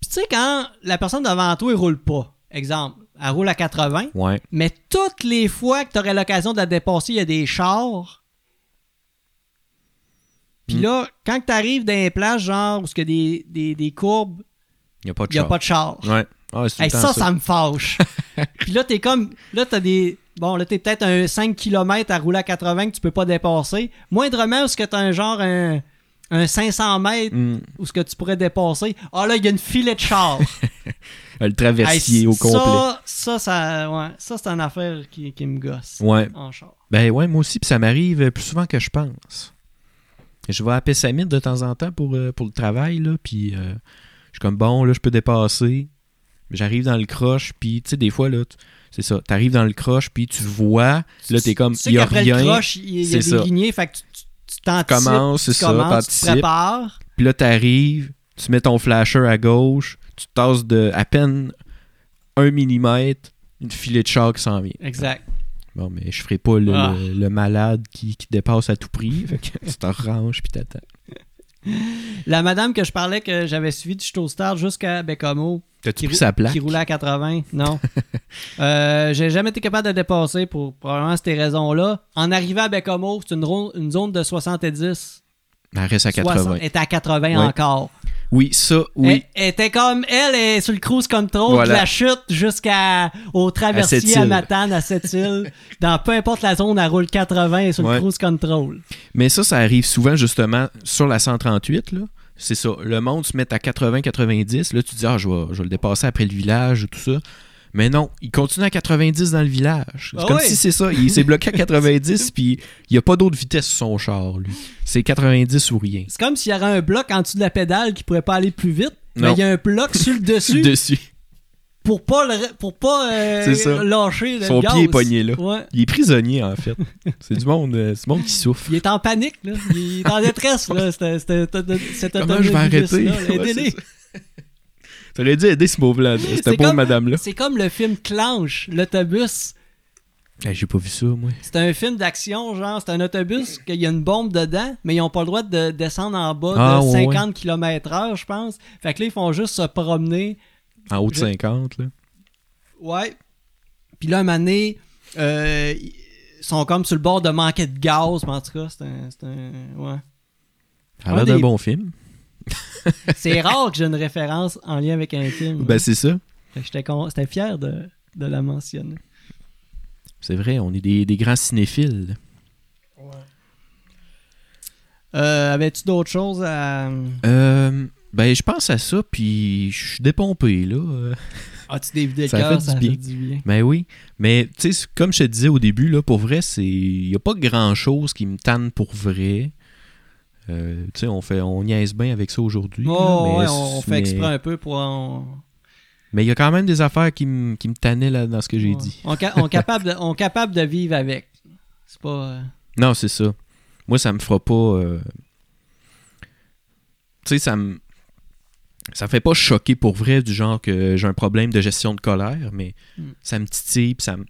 Speaker 1: Puis tu sais, quand la personne devant toi, elle roule pas, exemple, elle roule à 80,
Speaker 2: Ouais.
Speaker 1: mais toutes les fois que tu aurais l'occasion de la dépasser, il y a des chars. Puis
Speaker 2: Mm.
Speaker 1: là, quand tu arrives dans les plages, genre, où il y a des, des- des courbes,
Speaker 2: Il n'y a pas de
Speaker 1: il n'y a
Speaker 2: char.
Speaker 1: pas de chars.
Speaker 2: Ouais. Ah, c'est tout le
Speaker 1: Hey,
Speaker 2: temps
Speaker 1: ça, ça me fâche. Puis là, t'es comme. Là, t'as des. Bon, là, t'es peut-être un 5 km à rouler à 80 que tu peux pas dépasser. Moindrement, est-ce que t'as un genre un, un 500 mètres
Speaker 2: Mm.
Speaker 1: où ce que tu pourrais dépasser? Ah là, il y a une filet de char.
Speaker 2: Le
Speaker 1: Hey,
Speaker 2: traversier au complet.
Speaker 1: ça, ça, ça, ouais, ça, c'est une affaire qui, qui me gosse.
Speaker 2: Ouais.
Speaker 1: En char.
Speaker 2: Ben ouais, moi aussi, puis ça m'arrive euh, plus souvent que je pense. Je vais à Pessamite de temps en temps pour, euh, pour le travail, là, puis euh, je suis comme, bon, là, je peux dépasser. J'arrive dans le croche, puis tu sais, des fois, là, tu- c'est ça, t'arrives dans le croche, puis tu vois, là, t'es comme,
Speaker 1: Tu sais
Speaker 2: il y a
Speaker 1: qu'après
Speaker 2: rien.
Speaker 1: le croche, il y a- il y a
Speaker 2: c'est
Speaker 1: des
Speaker 2: ça.
Speaker 1: guignées, fait que tu- tu tu
Speaker 2: tu
Speaker 1: t'anticipes.
Speaker 2: commences, c'est
Speaker 1: tu
Speaker 2: ça,
Speaker 1: commences, tu te
Speaker 2: t'anticipes.
Speaker 1: prépares.
Speaker 2: Puis là, t'arrives, tu mets ton flasher à gauche, tu te tasses de à peine un millimètre, une filet de char qui s'en vient.
Speaker 1: Exact.
Speaker 2: Bon, mais je ferai pas le,
Speaker 1: Ah.
Speaker 2: le- le malade qui, qui dépasse à tout prix. Fait que tu t'en ranges, puis t'attends.
Speaker 1: La madame que je parlais, que j'avais suivie du au Star jusqu'à Bécamo,
Speaker 2: T'as-tu
Speaker 1: Qui
Speaker 2: pris
Speaker 1: rou-
Speaker 2: sa plaque?
Speaker 1: Qui roulait à 80, non. Euh, J'ai jamais été capable de dépasser pour probablement ces raisons-là. En arrivant à Bécomo, c'est une, ro- une zone de 70.
Speaker 2: Elle Ben, reste à 80.
Speaker 1: Elle était à 80
Speaker 2: Ouais.
Speaker 1: encore.
Speaker 2: Oui, ça, oui.
Speaker 1: Elle, elle était comme elle, elle est sur le cruise control
Speaker 2: Voilà.
Speaker 1: de la chute jusqu'à au
Speaker 2: À
Speaker 1: traversier
Speaker 2: Sept-Îles.
Speaker 1: à, Matane, à Sept-Îles. Dans peu importe la zone, elle roule 80 elle est sur
Speaker 2: Ouais.
Speaker 1: le cruise control.
Speaker 2: Mais ça, ça arrive souvent, justement, sur la 138, là. C'est ça. Le monde se met à 80-90. Là, tu dis, ah, je vais, je vais le dépasser après le village ou tout ça. Mais non, il continue à 90 dans le village. C'est
Speaker 1: Ah
Speaker 2: comme
Speaker 1: ouais?
Speaker 2: si c'est ça. Il s'est bloqué à 90, puis il n'y a pas d'autre vitesse sur son char, lui. C'est 90 ou rien.
Speaker 1: C'est comme s'il y avait un bloc en dessous de la pédale qui pourrait pas aller plus vite.
Speaker 2: Non.
Speaker 1: Mais il y a un bloc sur le dessus
Speaker 2: Dessus.
Speaker 1: pour pas le- pour pas euh,
Speaker 2: C'est ça.
Speaker 1: lâcher le
Speaker 2: Son
Speaker 1: gaz.
Speaker 2: pied est pogné, là.
Speaker 1: Ouais.
Speaker 2: Il est prisonnier, en fait. C'est du monde, euh, c'est du monde qui souffre.
Speaker 1: Il est en panique, là. Il est en détresse, là. Cet, cet, cet- cet
Speaker 2: Comment je vais
Speaker 1: automobiliste,
Speaker 2: arrêter?
Speaker 1: là.
Speaker 2: Ouais,
Speaker 1: Aidez-les.
Speaker 2: c'est ça. T'aurais dû aider ce pauvre-là, cette
Speaker 1: C'est
Speaker 2: pauvre
Speaker 1: comme-
Speaker 2: madame-là.
Speaker 1: C'est comme le film Clanche, l'autobus.
Speaker 2: Eh, J'ai pas vu ça, moi.
Speaker 1: C'est un film d'action, genre, c'est un autobus qu'il y a une bombe dedans, mais ils n'ont pas le droit de descendre en bas
Speaker 2: Ah,
Speaker 1: de
Speaker 2: ouais,
Speaker 1: 50 km/h, je pense. Fait que là, ils font juste se promener.
Speaker 2: En haut de
Speaker 1: Je-
Speaker 2: 50, là.
Speaker 1: Ouais. Puis là, un moment donné, euh, ils sont comme sur le bord de manquer de gaz, mais en tout cas, c'est un. c'est un- ouais.
Speaker 2: Ça a l'air
Speaker 1: Un
Speaker 2: d'un
Speaker 1: des-
Speaker 2: bon film.
Speaker 1: C'est rare que j'ai une référence en lien avec un film.
Speaker 2: Ben, c'est ça.
Speaker 1: Fait que J'étais con- j'étais fier de, de la mentionner.
Speaker 2: C'est vrai, on est des, des grands cinéphiles.
Speaker 1: Euh, Avais-tu d'autres choses à.
Speaker 2: Euh, ben, je pense à ça, puis je suis dépompé, là. Euh,
Speaker 1: As-tu dévidé le
Speaker 2: Ça
Speaker 1: cœur?
Speaker 2: fait du
Speaker 1: Ça
Speaker 2: bien.
Speaker 1: fait du bien.
Speaker 2: Ben oui. Mais, tu sais, c'est- comme je te disais au début, là, pour vrai, c'est il n'y a pas grand-chose qui me tanne pour vrai. Euh, tu sais, on, fait... on niaise bien avec ça aujourd'hui. là,
Speaker 1: Oh,
Speaker 2: mais-
Speaker 1: ouais, on, on fait
Speaker 2: mais-
Speaker 1: exprès un peu pour. On,
Speaker 2: Mais il y a quand même des affaires qui me qui me tannaient là, dans ce que j'ai
Speaker 1: on-
Speaker 2: dit.
Speaker 1: On, ca- on capable de, on capable de vivre avec. C'est pas. euh,
Speaker 2: Non, c'est ça. Moi, ça me fera pas. euh, Tu sais, ça me. Ça me fait pas choquer pour vrai, du genre que j'ai un problème de gestion de colère, mais
Speaker 1: Mm.
Speaker 2: ça me titille, puis ça me,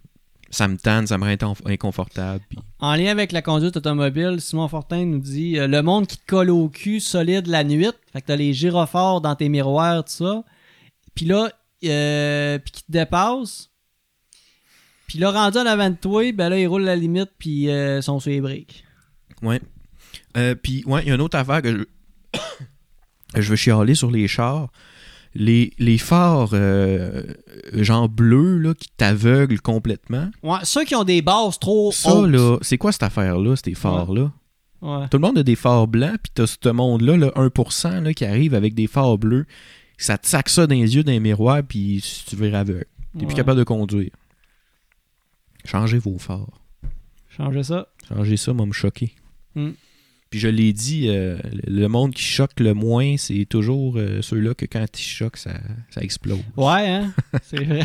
Speaker 2: ça me tanne, ça me rend inconf- inconfortable. puis-
Speaker 1: En lien avec la conduite automobile, Simon Fortin nous dit euh, Le monde qui te colle au cul solide la nuit, fait que t'as les gyrophores dans tes miroirs, tout ça. Puis là, euh, puis qui te dépasse. Puis là, rendu en avant de toi, ben là, ils roulent la limite, puis euh, sont sur les briques.
Speaker 2: Ouais. Euh, puis, ouais, il y a une autre affaire que je, je veux chialer sur les chars. les, les phares euh, genre bleus là, qui t'aveuglent complètement.
Speaker 1: Ouais, ceux qui ont des bases trop
Speaker 2: Ça,
Speaker 1: hautes.
Speaker 2: là, c'est quoi cette affaire-là, ces phares-là?
Speaker 1: Ouais.
Speaker 2: Tout le monde a des phares blancs, puis t'as ce monde-là, le 1% là, qui arrive avec des phares bleus. Ça te sac ça dans les yeux, dans les miroirs, puis si tu veux aveugle. T'es
Speaker 1: Ouais.
Speaker 2: plus capable de conduire. Changez vos phares.
Speaker 1: Changer ça.
Speaker 2: Changez ça, m'a me choquer.
Speaker 1: Mm.
Speaker 2: Puis je l'ai dit, euh, le le monde qui choque le moins, c'est toujours euh, ceux-là que quand ils choquent, ça, ça explose.
Speaker 1: Ouais, hein? C'est vrai.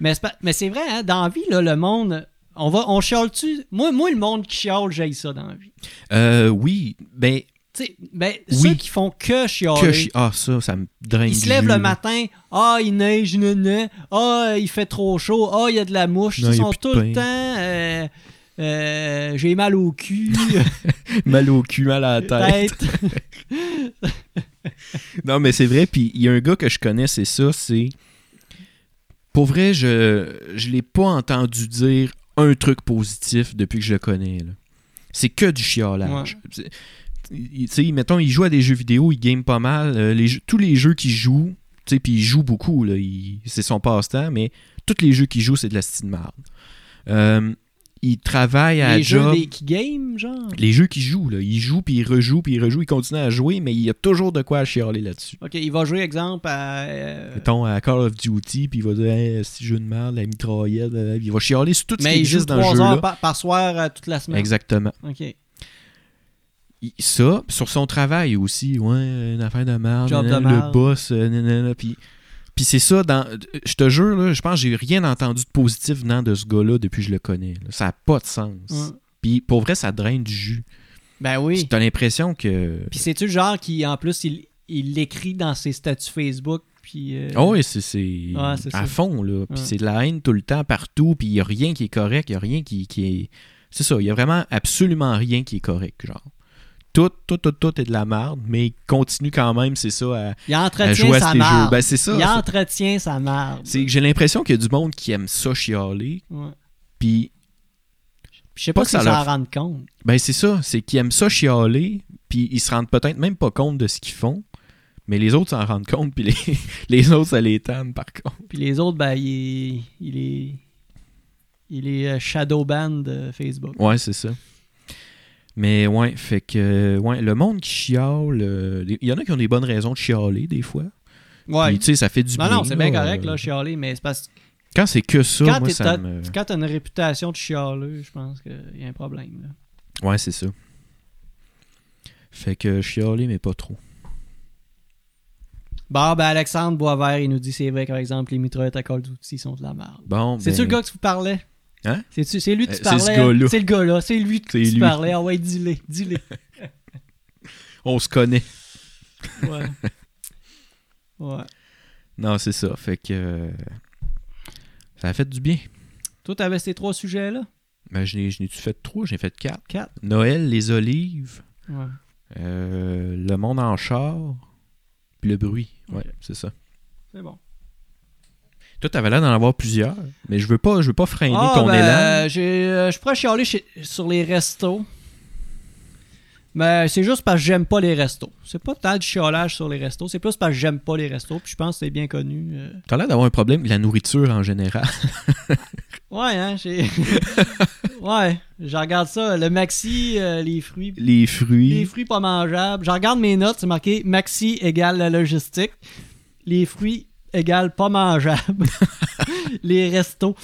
Speaker 1: mais c'est pas- mais c'est vrai, hein? Dans la vie, là, le monde. On va on chiale-tu? Moi, moi, le monde qui chiale, j'aille ça dans la vie.
Speaker 2: Euh, oui, ben,
Speaker 1: Tu sais, ben,
Speaker 2: Oui.
Speaker 1: ceux qui font que chialer.
Speaker 2: que chi- Ah, ça, ça me draine.
Speaker 1: Ils se
Speaker 2: du
Speaker 1: lèvent
Speaker 2: jus,
Speaker 1: le
Speaker 2: là.
Speaker 1: matin, ah, il neige, ne, ne, ah, il fait trop chaud, ah, il y a de la mouche.
Speaker 2: Non,
Speaker 1: Ils
Speaker 2: il y a
Speaker 1: sont
Speaker 2: plus de
Speaker 1: tout le
Speaker 2: pain.
Speaker 1: temps, euh, euh, j'ai mal au cul,
Speaker 2: Mal au cul, mal à la tête.
Speaker 1: tête.
Speaker 2: Non, mais c'est vrai. Puis il y a un gars que je connais, c'est ça, c'est. Pour vrai, je je l'ai pas entendu dire un truc positif depuis que je le connais. là. C'est que du chiolage. C'est- il- Tu sais, mettons, il joue à des jeux vidéo, il game pas mal. euh, les jeux- tous les jeux qu'il joue, tu sais, puis il joue beaucoup, là, il- c'est son passe-temps, mais tous les jeux qu'il joue, c'est de la style marde. Euh, il travaille à
Speaker 1: Les jeux
Speaker 2: job.
Speaker 1: des key games, genre.
Speaker 2: Les jeux qu'il joue, là, il joue, puis il rejoue, puis il rejoue, il continue à jouer, mais il y a toujours de quoi à chialer là-dessus.
Speaker 1: Ok, il va jouer, exemple, à. euh,
Speaker 2: Mettons à Call of Duty, puis il va dire hey, c'est jeu de merde, la mitraillette, blablabla. Puis il va chialer sur tout ce qui
Speaker 1: mais il joue
Speaker 2: existe dans le
Speaker 1: 3
Speaker 2: jeu.
Speaker 1: heures
Speaker 2: Là.
Speaker 1: par, par soir euh, toute la semaine.
Speaker 2: Exactement.
Speaker 1: Ok.
Speaker 2: Il- Ça, puis sur son travail aussi, ouais, une affaire de merde,
Speaker 1: Job de
Speaker 2: nanana, le
Speaker 1: merde.
Speaker 2: boss, euh, nanana, puis. Puis c'est ça, dans, je te jure, là, je pense que j'ai rien entendu de positif venant de ce gars-là depuis que je le connais. là. Ça n'a pas de sens.
Speaker 1: Hum.
Speaker 2: Puis pour vrai, ça draine du jus.
Speaker 1: Ben
Speaker 2: Tu
Speaker 1: oui.
Speaker 2: T'as l'impression que.
Speaker 1: Puis c'est-tu le genre qui, en plus, il il l'écrit dans ses statuts Facebook, puis. euh,
Speaker 2: Ah oui, c'est c'est
Speaker 1: Ouais, c'est
Speaker 2: à
Speaker 1: ça.
Speaker 2: fond, là. Puis
Speaker 1: Ouais.
Speaker 2: c'est de la haine tout le temps, partout, puis il n'y a rien qui est correct, il n'y a rien qui, qui est... C'est ça, il n'y a vraiment absolument rien qui est correct, genre. Tout, tout, tout, tout est de la merde, mais il continue quand même, c'est ça, à-
Speaker 1: Il
Speaker 2: à,
Speaker 1: entretient
Speaker 2: jouer Ben, à
Speaker 1: sa
Speaker 2: ces jeux.
Speaker 1: marde.
Speaker 2: Ben, c'est ça.
Speaker 1: il
Speaker 2: c'est-
Speaker 1: entretient sa marde.
Speaker 2: c'est que j'ai l'impression qu'il y a du monde qui aime ça chialer,
Speaker 1: Ouais.
Speaker 2: puis...
Speaker 1: Je sais
Speaker 2: Pas
Speaker 1: pas,
Speaker 2: que
Speaker 1: si
Speaker 2: ça
Speaker 1: ça
Speaker 2: leur-
Speaker 1: s'en rendent compte.
Speaker 2: Ben, c'est ça, c'est qu'ils aiment ça chialer, puis ils se rendent peut-être même pas compte de ce qu'ils font, mais les autres s'en rendent compte, puis les, les autres, ça les tanne, par contre.
Speaker 1: Puis les autres, ben, il est, il est, il est euh, shadow ban de Facebook.
Speaker 2: Ouais, c'est ça. Mais ouais, fait que ouais, le monde qui chiale, euh, il y en a qui ont des bonnes raisons de chialer des fois.
Speaker 1: Ouais.
Speaker 2: Puis, tu sais, ça fait du
Speaker 1: non,
Speaker 2: bien.
Speaker 1: non, c'est bien correct,
Speaker 2: euh,
Speaker 1: là, chialer, mais c'est parce que
Speaker 2: Quand c'est que ça,
Speaker 1: quand
Speaker 2: moi,
Speaker 1: t'es-
Speaker 2: ça
Speaker 1: t'as
Speaker 2: me...
Speaker 1: quand t'as une réputation de chialeux, je pense qu'il y a un problème. là.
Speaker 2: Ouais, c'est ça. Fait que chialer, mais pas trop.
Speaker 1: Bon, ben, Alexandre Boisvert, il nous dit c'est vrai, par exemple, les mitraillettes à Call of Duty sont de la merde.
Speaker 2: Bon,
Speaker 1: C'est-tu
Speaker 2: ben,
Speaker 1: le gars que tu parlais?
Speaker 2: Hein?
Speaker 1: C'est-tu, c'est lui que
Speaker 2: Euh,
Speaker 1: tu
Speaker 2: c'est
Speaker 1: parlais?
Speaker 2: ce
Speaker 1: hein?
Speaker 2: gars-là.
Speaker 1: C'est le gars-là. C'est lui que
Speaker 2: C'est
Speaker 1: tu
Speaker 2: lui.
Speaker 1: parlais. Ah ouais, dis-le. Dis-le.
Speaker 2: on se connaît.
Speaker 1: Ouais. ouais.
Speaker 2: Non, c'est ça. Fait que... euh, Ça a fait du bien.
Speaker 1: Toi, t'avais ces trois sujets-là?
Speaker 2: Ben, je n'ai- je n'ai-tu fait trois? J'ai fait quatre.
Speaker 1: Quatre.
Speaker 2: Noël, les olives,
Speaker 1: Ouais.
Speaker 2: euh, le monde en char, puis le bruit. Ouais,
Speaker 1: Ok.
Speaker 2: c'est ça.
Speaker 1: C'est bon.
Speaker 2: Toi, t'avais l'air d'en avoir plusieurs, mais je veux pas, je veux pas freiner
Speaker 1: Ah,
Speaker 2: ton
Speaker 1: ben,
Speaker 2: élan.
Speaker 1: euh, j'ai- euh, je pourrais chialer chez- sur les restos. Mais c'est juste parce que j'aime pas les restos. C'est pas tant du chiolage sur les restos, c'est plus parce que j'aime pas les restos. Puis je pense que c'est bien connu. euh.
Speaker 2: T'as l'air d'avoir un problème avec la nourriture en général.
Speaker 1: Ouais, hein, j'ai. ouais, je regarde ça. Le maxi, euh, les fruits.
Speaker 2: Les fruits.
Speaker 1: Les fruits pas mangeables. Je regarde mes notes, c'est marqué maxi égale la logistique. Les fruits égale pas mangeables. les restos.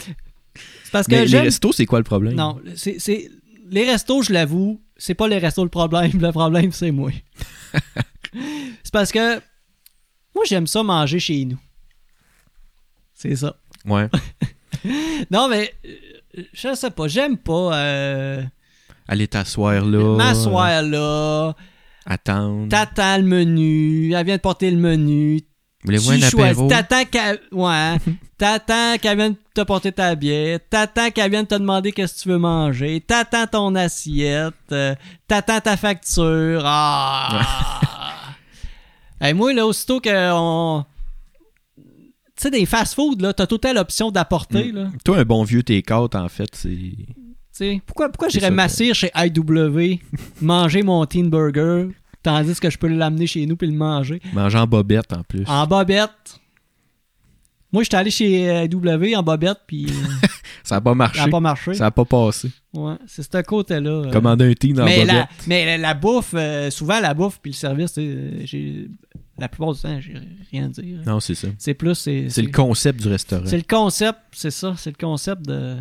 Speaker 1: C'est parce
Speaker 2: mais
Speaker 1: que
Speaker 2: les
Speaker 1: j'aime
Speaker 2: restos, c'est quoi le problème?
Speaker 1: Non, c'est, c'est- les restos, je l'avoue, c'est pas les restos le problème. Le problème, c'est moi. c'est parce que moi, j'aime ça manger chez nous. C'est ça.
Speaker 2: Ouais.
Speaker 1: Non, mais euh, je sais pas, j'aime pas euh,
Speaker 2: Aller t'asseoir là.
Speaker 1: m'asseoir là,
Speaker 2: euh, attendre.
Speaker 1: t'attends le menu, elle vient de porter le menu,
Speaker 2: Voulez-vous
Speaker 1: tu
Speaker 2: un
Speaker 1: choisis-
Speaker 2: apéro?
Speaker 1: T'attends qu'elle ouais, hein. t'attends qu'elle vienne te porter ta bière. T'attends qu'elle vienne te demander qu'est-ce que tu veux manger. T'attends ton assiette. euh, t'attends ta facture. Ah! Hey, moi, là, aussitôt que on... Tu sais, des fast-food, là, t'as totale option d'apporter,
Speaker 2: Mm.
Speaker 1: là.
Speaker 2: Toi, un bon vieux T4, en fait, c'est.
Speaker 1: Tu sais, pourquoi, pourquoi
Speaker 2: C'est
Speaker 1: j'irais
Speaker 2: ça,
Speaker 1: m'assire chez IW, manger mon teen burger, Tandis que je peux l'amener chez nous puis le manger.
Speaker 2: Manger en bobette en plus.
Speaker 1: En bobette. Moi, j'étais allé chez euh, W en bobette, puis euh,
Speaker 2: Ça n'a pas marché.
Speaker 1: ça n'a pas marché.
Speaker 2: Ça n'a pas passé.
Speaker 1: Ouais, c'est ce côté-là. euh.
Speaker 2: Commander un team en
Speaker 1: mais,
Speaker 2: bobette.
Speaker 1: la, mais la, la bouffe, euh, souvent la bouffe puis le service, tu sais, euh, j'ai- la plupart du temps, j'ai rien à dire.
Speaker 2: Non, c'est ça.
Speaker 1: C'est plus. C'est
Speaker 2: C'est
Speaker 1: c'est-
Speaker 2: le concept du restaurant.
Speaker 1: c'est le concept, c'est ça. C'est le concept de.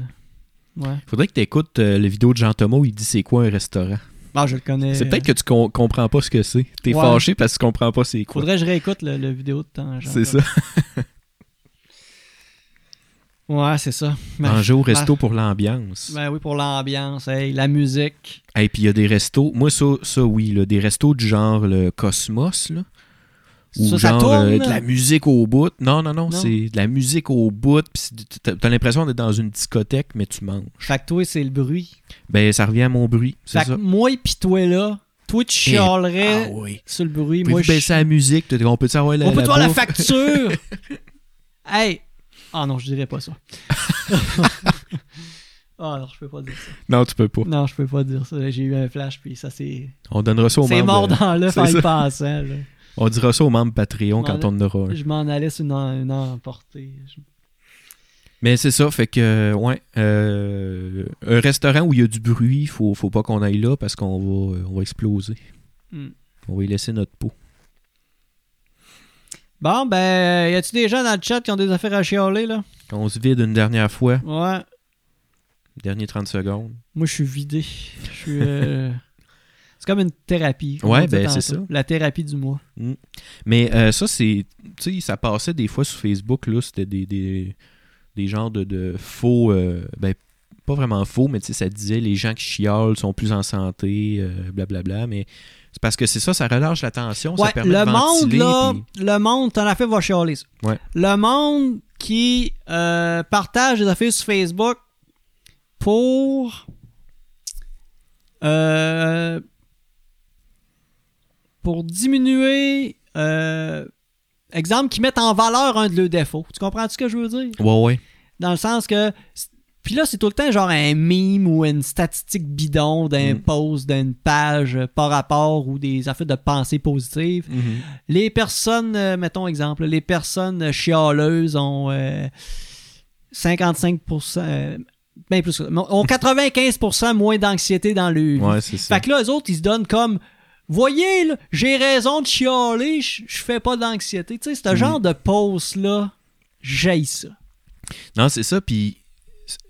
Speaker 1: Ouais.
Speaker 2: Faudrait que tu écoutes la vidéo de Jean Thomas, il dit c'est quoi un restaurant.
Speaker 1: Ah, je le connais.
Speaker 2: C'est peut-être que tu com- comprends pas ce que c'est. T'es
Speaker 1: Ouais.
Speaker 2: fâché parce que tu comprends pas c'est quoi.
Speaker 1: Faudrait que je réécoute le, le vidéo de temps. genre.
Speaker 2: C'est ça.
Speaker 1: Ouais, c'est ça. Mais-
Speaker 2: Manger Ben, au resto pour l'ambiance.
Speaker 1: Ben oui, pour l'ambiance, hey, la musique.
Speaker 2: Et puis il y a des restos. Moi, ça, ça oui, là, des restos du genre le Cosmos, là. Ou
Speaker 1: Ça, ça
Speaker 2: genre
Speaker 1: tourne,
Speaker 2: euh, de
Speaker 1: là?
Speaker 2: la musique au bout. Non, non, non,
Speaker 1: Non.
Speaker 2: c'est de la musique au bout. Puis c'est- t'as- t'as l'impression d'être dans une discothèque, mais tu manges.
Speaker 1: Fait que toi, c'est le bruit.
Speaker 2: Ben, ça revient à mon bruit, c'est
Speaker 1: Fait que
Speaker 2: ça.
Speaker 1: moi, pis toi là, toi, tu
Speaker 2: Eh,
Speaker 1: chialerais
Speaker 2: Ah oui.
Speaker 1: sur le bruit.
Speaker 2: Pouvez-vous
Speaker 1: Moi, je
Speaker 2: baisser la musique? T'as- On peut te avoir la,
Speaker 1: On peut
Speaker 2: la
Speaker 1: te voir la
Speaker 2: bouffe?
Speaker 1: facture. hey. Ah non, je dirais pas ça. Ah non, je peux pas dire ça.
Speaker 2: Non, tu peux pas.
Speaker 1: Non, je peux pas dire ça. J'ai eu un flash puis ça c'est
Speaker 2: On donnera ça aux
Speaker 1: c'est mort
Speaker 2: membres.
Speaker 1: dans l'œuf
Speaker 2: ben, c'est
Speaker 1: en y
Speaker 2: ça.
Speaker 1: pensant. là.
Speaker 2: On dira ça aux membres Patreon
Speaker 1: Non,
Speaker 2: quand
Speaker 1: là-
Speaker 2: on en aura un.
Speaker 1: Je m'en allais sur une, en- une emportée. Je-
Speaker 2: Mais c'est ça, fait que, euh, ouais, euh, un restaurant où il y a du bruit, faut, faut pas qu'on aille là parce qu'on va, euh, on va exploser.
Speaker 1: Hmm.
Speaker 2: On va y laisser notre peau.
Speaker 1: Bon ben, y a-tu des gens dans le chat qui ont des affaires à chialer là
Speaker 2: On se vide une dernière fois,
Speaker 1: Ouais.
Speaker 2: dernier 30 secondes.
Speaker 1: Moi, je suis vidé. Je suis. euh, C'est comme une thérapie. comme
Speaker 2: Ouais,
Speaker 1: on dit
Speaker 2: ben, c'est
Speaker 1: tantôt.
Speaker 2: ça.
Speaker 1: La thérapie du mois.
Speaker 2: Mais euh, ça, c'est. Tu sais, ça passait des fois sur Facebook, là, c'était des, des, des genres de, de faux. euh, ben, pas vraiment faux, mais tu sais, ça disait les gens qui chiolent sont plus en santé, euh, blablabla. mais c'est parce que c'est ça, ça relâche la tension, ça
Speaker 1: Ouais,
Speaker 2: permet
Speaker 1: le
Speaker 2: de
Speaker 1: monde,
Speaker 2: ventiler,
Speaker 1: là,
Speaker 2: puis-
Speaker 1: le monde, t'en as fait, va chialer ça.
Speaker 2: Ouais.
Speaker 1: Le monde qui euh, partage des affaires sur Facebook pour. euh, pour diminuer. euh, exemple, qui mettent en valeur un de leurs défauts. Tu comprends ce que je veux dire?
Speaker 2: Ouais, ouais.
Speaker 1: Dans le sens que. Puis là, c'est tout le temps genre un mime ou une statistique bidon d'un
Speaker 2: Mm.
Speaker 1: post, d'une page euh, par rapport ou des affaires de pensée positive. Les personnes, euh, mettons exemple, les personnes chialeuses ont euh, 55%, euh, ben plus, que ça, ont 95% moins d'anxiété dans le.
Speaker 2: Ouais, c'est ça.
Speaker 1: Fait que là, eux autres, ils se donnent comme. Voyez, là, j'ai raison de chialer, je je fais pas d'anxiété. Tu sais, ce
Speaker 2: Mm.
Speaker 1: genre de pause-là, j'aille ça.
Speaker 2: Non, c'est ça, puis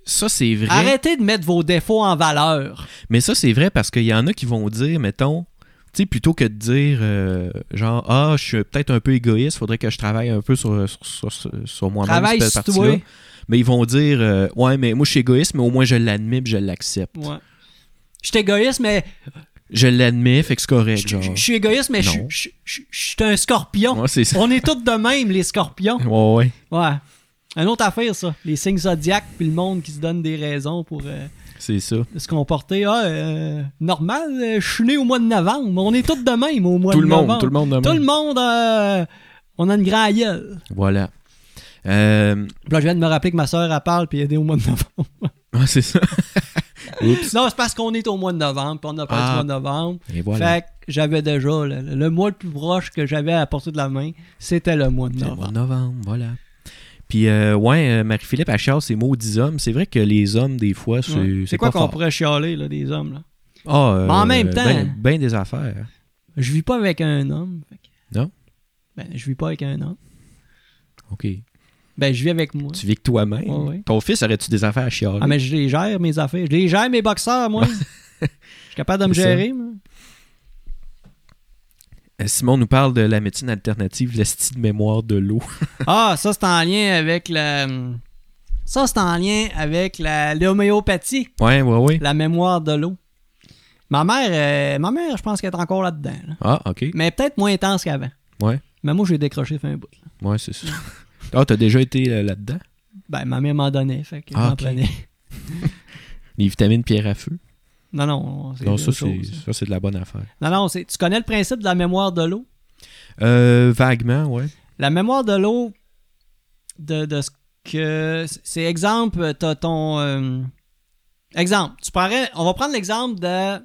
Speaker 2: ça, c'est vrai.
Speaker 1: Arrêtez de mettre vos défauts en valeur.
Speaker 2: Mais ça, c'est vrai parce qu'il y en a qui vont dire, mettons, tu sais, plutôt que de dire, euh, genre, ah, je suis peut-être un peu égoïste, faudrait que je travaille un peu sur, euh, sur, sur- sur- sur moi-même,
Speaker 1: Travaille
Speaker 2: cette
Speaker 1: sur
Speaker 2: partie-là.
Speaker 1: toi.
Speaker 2: Mais ils vont dire, euh, ouais, mais moi, je suis égoïste, mais au moins, je l'admets puis je l'accepte.
Speaker 1: Ouais. Je suis égoïste, mais
Speaker 2: Je l'admets, fait que c'est correct,
Speaker 1: je
Speaker 2: genre.
Speaker 1: je- je suis égoïste, mais je
Speaker 2: Non.
Speaker 1: je- je- je suis un scorpion.
Speaker 2: Ouais, c'est ça.
Speaker 1: On est tous de même, les scorpions.
Speaker 2: Ouais, ouais.
Speaker 1: Ouais. Un autre affaire, ça. Les signes zodiaques, puis le monde qui se donne des raisons pour euh,
Speaker 2: C'est ça.
Speaker 1: se comporter. Ah, euh, normal, euh, je suis né au mois de novembre. On est tous de même au mois
Speaker 2: tout
Speaker 1: de
Speaker 2: le
Speaker 1: novembre.
Speaker 2: monde, tout le monde. de
Speaker 1: Tout
Speaker 2: même.
Speaker 1: le monde, euh, on a une grande gueule.
Speaker 2: Voilà. Euh,
Speaker 1: Puis là, je viens de me rappeler que ma soeur, elle parle, puis elle est née au mois de novembre.
Speaker 2: ouais, c'est ça. Oups.
Speaker 1: Non, c'est parce qu'on est au mois de novembre, puis on a parlé
Speaker 2: Ah.
Speaker 1: du mois de novembre.
Speaker 2: Et voilà.
Speaker 1: Fait que j'avais déjà le, le mois le plus proche que j'avais à portée de la main, c'était le mois de
Speaker 2: C'est le mois
Speaker 1: novembre.
Speaker 2: de novembre, voilà. Puis, euh, ouais, euh, Marie-Philippe Achard, c'est maudits hommes. C'est vrai que les hommes, des fois, c'est.
Speaker 1: Ouais. C'est quoi
Speaker 2: pas
Speaker 1: qu'on
Speaker 2: fort.
Speaker 1: pourrait chialer là, des hommes là?
Speaker 2: Ah, euh,
Speaker 1: Mais en même temps-
Speaker 2: Ben, ben des affaires.
Speaker 1: Je vis pas avec un homme. fait que-
Speaker 2: Non?
Speaker 1: Ben, je vis pas avec un homme.
Speaker 2: OK.
Speaker 1: Ben, je vis avec moi.
Speaker 2: Tu vis que toi-même.
Speaker 1: Ouais, ouais.
Speaker 2: Ton fils, aurais-tu des affaires à chialer?
Speaker 1: Ah, mais je les gère, mes affaires. Je les gère, mes boxeurs, moi. je suis capable de me
Speaker 2: Ah. C'est ça.
Speaker 1: gérer, moi.
Speaker 2: Euh, Simon nous parle de la médecine alternative, l'esti de mémoire de l'eau.
Speaker 1: Ah, ça, c'est en lien avec la... Ça, c'est en lien avec la l'homéopathie,
Speaker 2: ouais, ouais, ouais.
Speaker 1: la mémoire de l'eau. Ma mère, euh, ma mère, je pense qu'elle est encore là-dedans. là.
Speaker 2: Ah, OK.
Speaker 1: Mais peut-être moins intense qu'avant.
Speaker 2: Ouais.
Speaker 1: Mais moi, j'ai décroché fin bout. là.
Speaker 2: Ouais, c'est ça. Ah, t'as déjà été euh, là-dedans?
Speaker 1: Ben, ma mère m'en donnait, fait que
Speaker 2: Ah,
Speaker 1: j'en
Speaker 2: ok.
Speaker 1: prenais.
Speaker 2: Les vitamines pierre à feu.
Speaker 1: Non, non, c'est
Speaker 2: Non,
Speaker 1: autre
Speaker 2: ça, c'est
Speaker 1: chose.
Speaker 2: ça, c'est de la bonne affaire.
Speaker 1: Non, non, c'est- tu connais le principe de la mémoire de l'eau?
Speaker 2: Euh, vaguement, ouais.
Speaker 1: La mémoire de l'eau, de, de ce que... C'est exemple, t'as ton... euh, exemple, tu prendrais... On va prendre l'exemple de...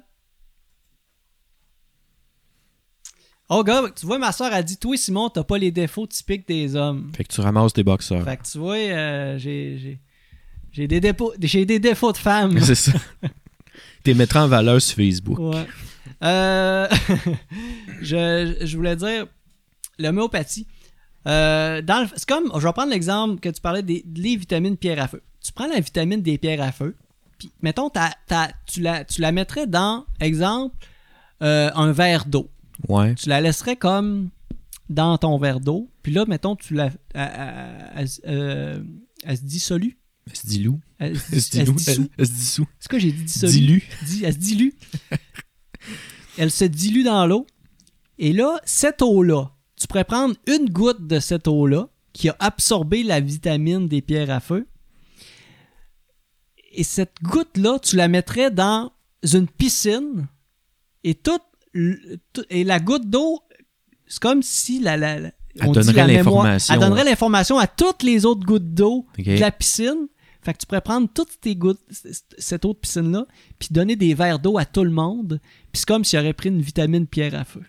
Speaker 1: Oh, gars, tu vois, ma soeur a dit Toi, Simon, t'as pas les défauts typiques des hommes.
Speaker 2: Fait que tu ramasses des boxeurs.
Speaker 1: Fait que tu vois, euh, j'ai- j'ai j'ai des, dépôts- j'ai des défauts de femme.
Speaker 2: C'est ça. T'es mettra en valeur sur Facebook.
Speaker 1: Ouais. Euh, je, je voulais dire l'homéopathie. Euh, dans le- c'est comme, je vais prendre l'exemple que tu parlais des, des vitamines pierres à feu. Tu prends la vitamine des pierres à feu, puis mettons, t'as- t'as- tu, la, tu la mettrais dans, exemple, euh, un verre d'eau.
Speaker 2: Ouais.
Speaker 1: Tu la laisserais comme dans ton verre d'eau, puis là, mettons, tu la. Elle, elle- elle se- euh, elle se dissolue.
Speaker 2: Elle se dilue.
Speaker 1: Elle se
Speaker 2: Elle se
Speaker 1: dis- elle se
Speaker 2: dilue.
Speaker 1: dissout.
Speaker 2: Elle se dissout.
Speaker 1: C'est quoi, j'ai dit dissolue?
Speaker 2: Dilue.
Speaker 1: Di- elle se dilue. elle se dilue dans l'eau. Et là, cette eau-là, tu pourrais prendre une goutte de cette eau-là qui a absorbé la vitamine des pierres à feu. Et cette goutte-là, tu la mettrais dans une piscine et toute, l- tout- et la goutte d'eau, c'est comme si la, la, la-
Speaker 2: Elle
Speaker 1: on dit
Speaker 2: donnerait
Speaker 1: la mémoire-
Speaker 2: l'information.
Speaker 1: Elle donnerait l'information à toutes les autres gouttes d'eau
Speaker 2: Ok.
Speaker 1: de la piscine. Fait que tu pourrais prendre toutes tes gouttes, c- c- cette autre piscine-là, puis donner des verres d'eau à tout le monde. Puis c'est comme s'il aurait pris une vitamine pierre à feu.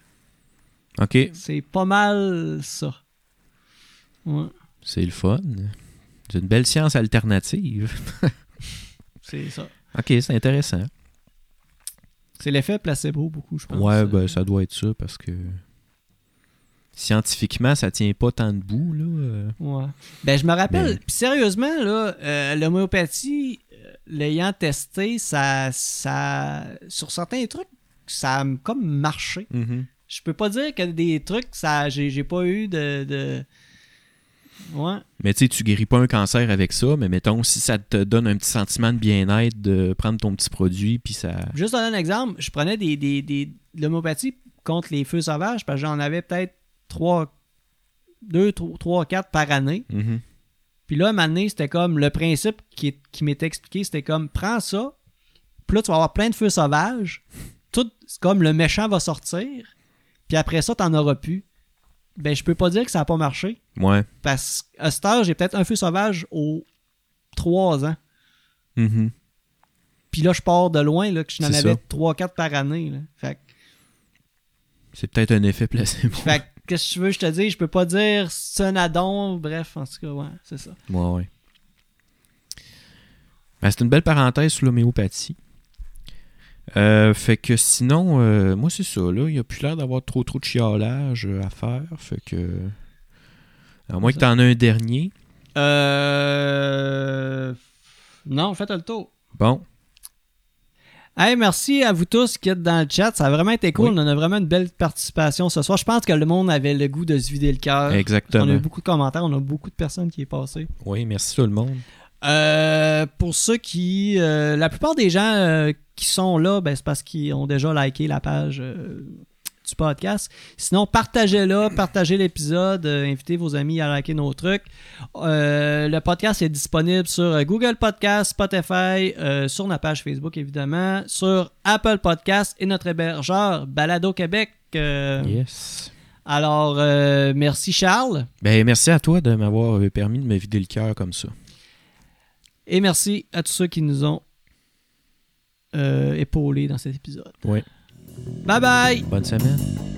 Speaker 2: OK.
Speaker 1: C'est pas mal ça. Ouais.
Speaker 2: C'est le fun. C'est une belle science alternative.
Speaker 1: C'est ça.
Speaker 2: OK, c'est intéressant.
Speaker 1: C'est l'effet placebo beaucoup, je pense.
Speaker 2: Ouais, ben, ça doit être ça parce que scientifiquement, ça tient pas tant debout. Là. Euh,
Speaker 1: Ouais. Ben, je me rappelle,
Speaker 2: Mais-
Speaker 1: puis sérieusement, là, euh, l'homéopathie, euh, l'ayant testé, ça, ça, sur certains trucs, ça a comme marché. Je peux pas dire que des trucs, ça, j'ai j'ai pas eu de, de... Ouais.
Speaker 2: Mais tu sais, tu guéris pas un cancer avec ça, mais mettons, si ça te donne un petit sentiment de bien-être de prendre ton petit produit, puis ça.
Speaker 1: Juste donner un exemple, je prenais des, des, des, de l'homéopathie contre les feux sauvages parce que j'en avais peut-être 3, 2, 3, 4 par année.
Speaker 2: Mhm.
Speaker 1: Puis là, à un moment donné, c'était comme le principe qui, qui m'était expliqué, c'était comme prends ça, puis là, tu vas avoir plein de feux sauvages, tout c'est comme le méchant va sortir, puis après ça, t'en auras plus. Ben, je peux pas dire que ça a pas marché
Speaker 2: Ouais.
Speaker 1: parce qu'à cette heure, j'ai peut-être un feu sauvage aux 3 ans.
Speaker 2: Mhm.
Speaker 1: Puis là, je pars de loin, là, que je n'en
Speaker 2: C'est
Speaker 1: avais
Speaker 2: ça.
Speaker 1: 3-4 par année. Là. Fait que
Speaker 2: C'est peut-être un effet placebo.
Speaker 1: Fait que, qu'est-ce que tu veux, que je te dis, je peux pas dire c'est un addon, bref, en tout cas, ouais, c'est ça.
Speaker 2: Ouais, ouais. Ben, c'est une belle parenthèse sur l'homéopathie. Euh, fait que sinon, euh, moi c'est ça, là, il n'y a plus l'air d'avoir trop trop de chiolage euh, à faire. Fait que. À moins que t'en aies un dernier.
Speaker 1: Euh. Non, faites le tour.
Speaker 2: Bon.
Speaker 1: Hey, merci à vous tous qui êtes dans le chat. Ça a vraiment été cool.
Speaker 2: Oui.
Speaker 1: On a vraiment une belle participation ce soir. Je pense que le monde avait le goût de se vider le cœur. On a Ah, eu
Speaker 2: Exactement.
Speaker 1: beaucoup de commentaires. On a beaucoup de personnes qui est passées.
Speaker 2: Oui, merci tout le monde.
Speaker 1: Euh, pour ceux qui. euh, la plupart des gens euh, qui sont là, ben, c'est parce qu'ils ont déjà liké la page euh, du podcast. Sinon, partagez-la, partagez l'épisode, euh, invitez vos amis à liker nos trucs. Euh, le podcast est disponible sur euh, Google Podcast, Spotify, euh, sur notre page Facebook évidemment, sur Apple Podcast et notre hébergeur Balado Québec. Euh,
Speaker 2: Yes.
Speaker 1: Alors, euh, merci Charles
Speaker 2: Ben, merci à toi de m'avoir euh, permis de me vider le cœur comme ça.
Speaker 1: et merci à tous ceux qui nous ont euh, épaulés dans cet épisode.
Speaker 2: Oui.
Speaker 1: Bye bye!
Speaker 2: Bonne semaine.